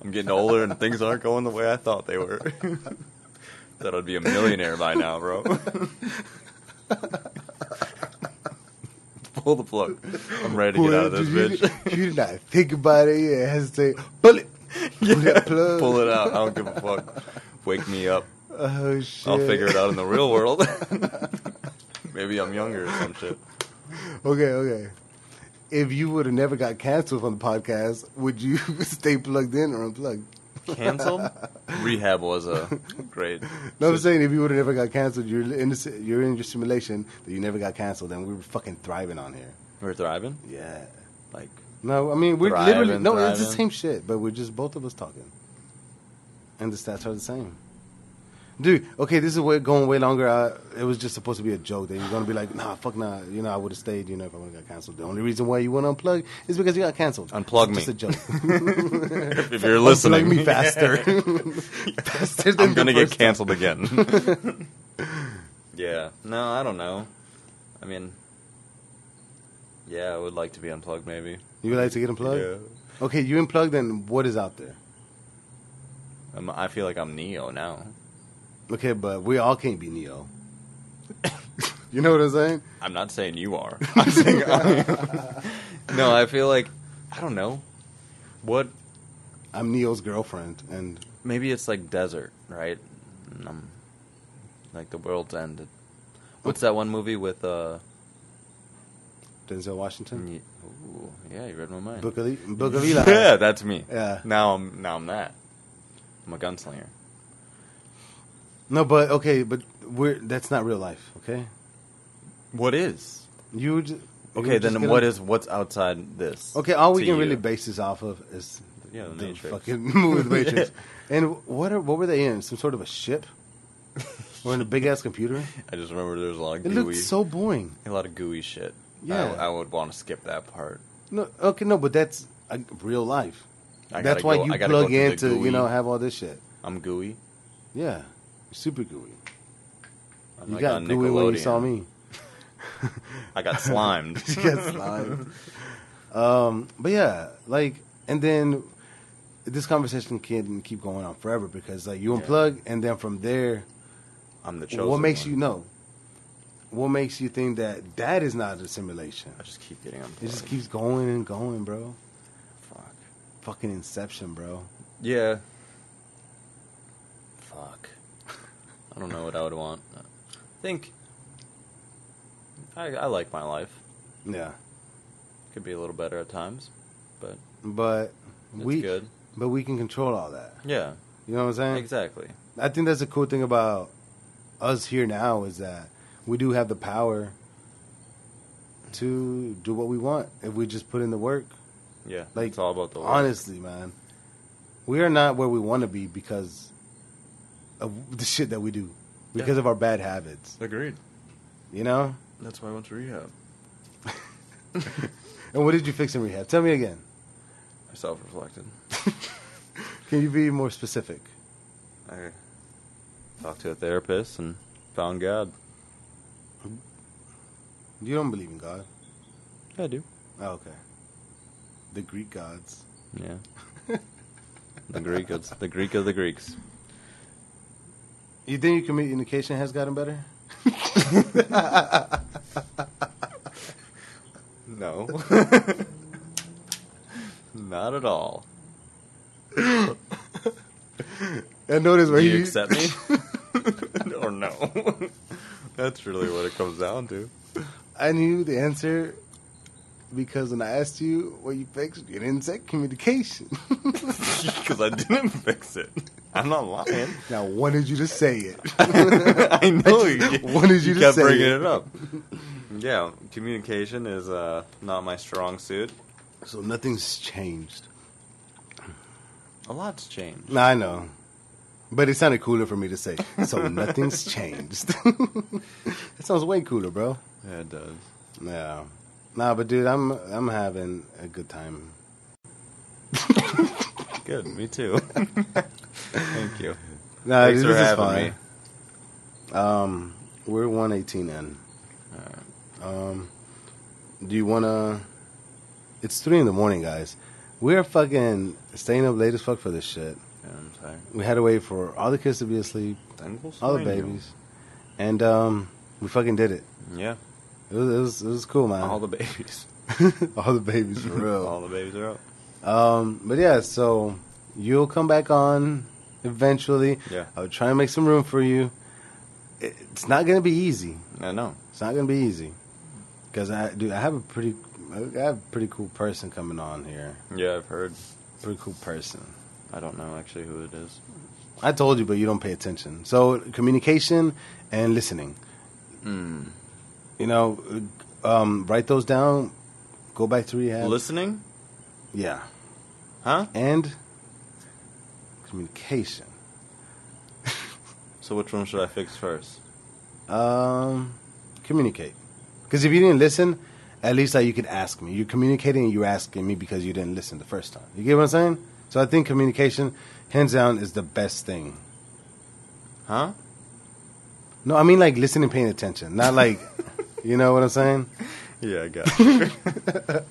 I'm getting older, and things aren't going the way I thought they were. Thought I'd be a millionaire by now, bro. Pull the plug. I'm ready to get out of this Well, did bitch. you, you did not think about it. You hesitate. Pull it. Pull that plug. Pull it out. I don't give a fuck. Wake me up. Oh shit! I'll figure it out in the real world. Maybe I'm younger or some shit. Okay, okay. If you would have never got canceled from the podcast, would you stay plugged in or unplugged? Canceled? Rehab was a great. No, I'm saying if you would have never got canceled, you're in the, si- you're in your simulation that you never got canceled, and we were fucking thriving on here. We're thriving? Yeah. Like, No, I mean we're Thriving, literally no, it's the thriving. same shit, but we're just both of us talking, and the stats are the same. Dude, okay, this is way, going way longer. I, it was just supposed to be a joke that you're gonna be like, nah, fuck nah. You know, I would have stayed. You know, if I would have got canceled. The only reason why you want to unplug is because you got canceled. Unplug It's me. Just a joke. if you're listening, Unplug me faster. faster than I'm gonna the get first canceled again. yeah. No, I don't know. I mean, yeah, I would like to be unplugged, maybe. time. You would like to get unplugged? Yeah. Okay, you unplug. Then what is out there? I'm, I feel like I'm Neo now. Okay, but we all can't be Neo. you know what I'm saying? I'm not saying you are. I'm saying no, I feel like I don't know. What? I'm Neo's girlfriend, and Maybe it's like desert, right? And I'm, like the world's ended. What's that one movie with uh? Denzel Washington. Ye- Ooh, yeah, you read my mind. Book of, Le- Book of Eli. Mm. yeah, that's me. Yeah. Now I'm now I'm that. I'm a gunslinger. No, but okay, but we're that's not real life. Okay, What is? you. Just, Okay, then what is what's outside this? Okay, all we to can you? really base this off of is Yeah, The Matrix. fucking movie The Matrix. And what are what were they in? Some sort of a ship? or in a big ass computer? I just remember there was a lot of It gooey, looked so boring. a lot of gooey shit. Yeah. I, I would want to skip that part. No, okay, no, but that's uh, real life. I that's gotta why go- you I gotta go plug through the in to you GUI. know have all this shit. I'm gooey. Yeah, super gooey. I'm You like got on gooey when you Nickelodeon. saw me. I got slimed. You got slimed. Um, but yeah, like, and then this conversation can keep going on forever because like you Yeah. unplug, and then from there I'm the chosen. what makes one. you know? What makes you think that that is not a simulation? I just keep getting It unplugged. just keeps going and going, bro. Fuck. Fucking Inception, bro. Yeah. Fuck. I don't know what I would want. I think. I, I like my life. Yeah, Could be a little better at times, but but it's we good. but we can control all that. Yeah, You know what I'm saying? exactly. I think that's the cool thing about us here now is that we do have the power to do what we want if we just put in the work. Yeah, Like, it's all about the work. Honestly, man, we are not where we want to be because of the shit that we do, because Yeah. of our bad habits. Agreed. You know. That's why I went to rehab. And what did you fix in rehab? Tell me again. I self-reflected. Can you be more specific? I talked to a therapist and found God. You don't believe in God. I do. Oh, okay. The Greek gods. Yeah. the Greek, it's the Greek of the Greeks. You think your communication has gotten better? No. Not at all. I noticed Do where you you- accept me? or no? That's really what it comes down to. I knew the answer because when I asked you what you fixed, you didn't say communication. Because I didn't fix it. I'm not lying. now, what did you to say it? I know you. What did you just kept say? bringing it up? Yeah, communication is uh, not my strong suit. so nothing's changed. A lot's changed. No, I know. But it sounded cooler for me to say. So nothing's changed. that sounds way cooler, bro. Yeah, it does. Yeah. Nah, but dude, I'm I'm having a good time. Good, me too. Thank you. Nah, Thanks dude, for Uh, this is having fine. Um, we're 118 in. Um, do you wanna? It's three in the morning, guys. We're fucking staying up late as fuck for this shit. Yeah, I'm tired. We had to wait for all the kids to be asleep, all the babies, and um, we fucking did it. Yeah, It was it was, it was cool, man. all the babies. all the babies for All Uh, the real. babies are up. Um, but yeah, so you'll come back on eventually. Yeah. I'll try and make some room for you. It, it's not gonna be easy. I know. It's not gonna be easy, because I dude, I have a pretty, I have a pretty cool person coming on here. Yeah, I've heard. Pretty cool person. I don't know actually who it is. I told you, but you don't pay attention. So communication and listening. Mm. You know, um, write those down. Go back to rehab. Listening? Yeah, Huh? and communication. So which one should I fix first? Um, communicate. Because if you didn't listen, at least like you could ask me. You're communicating and you're asking me because you didn't listen the first time. You get what I'm saying? So I think communication, hands down, is the best thing. Huh? No, I mean like listening, paying attention, not like, you know what I'm saying? Yeah, I got it.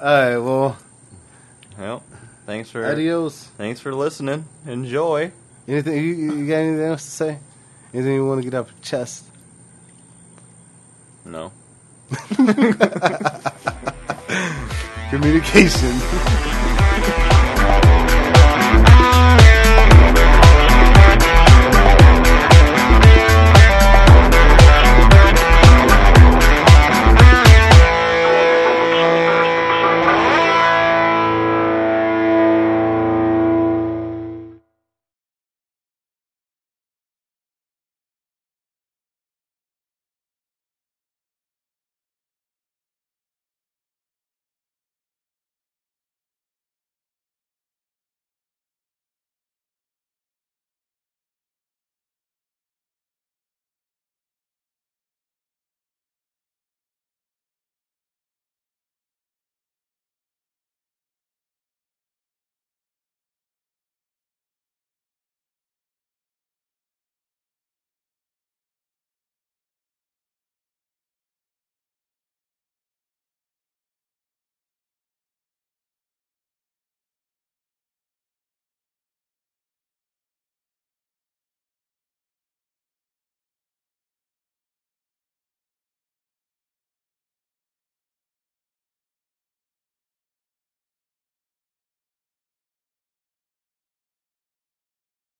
All right, well, Well, thanks for adios. thanks for listening. Enjoy. Anything you, you got? Anything else to say? Anything you want to get off your chest? No. Communication.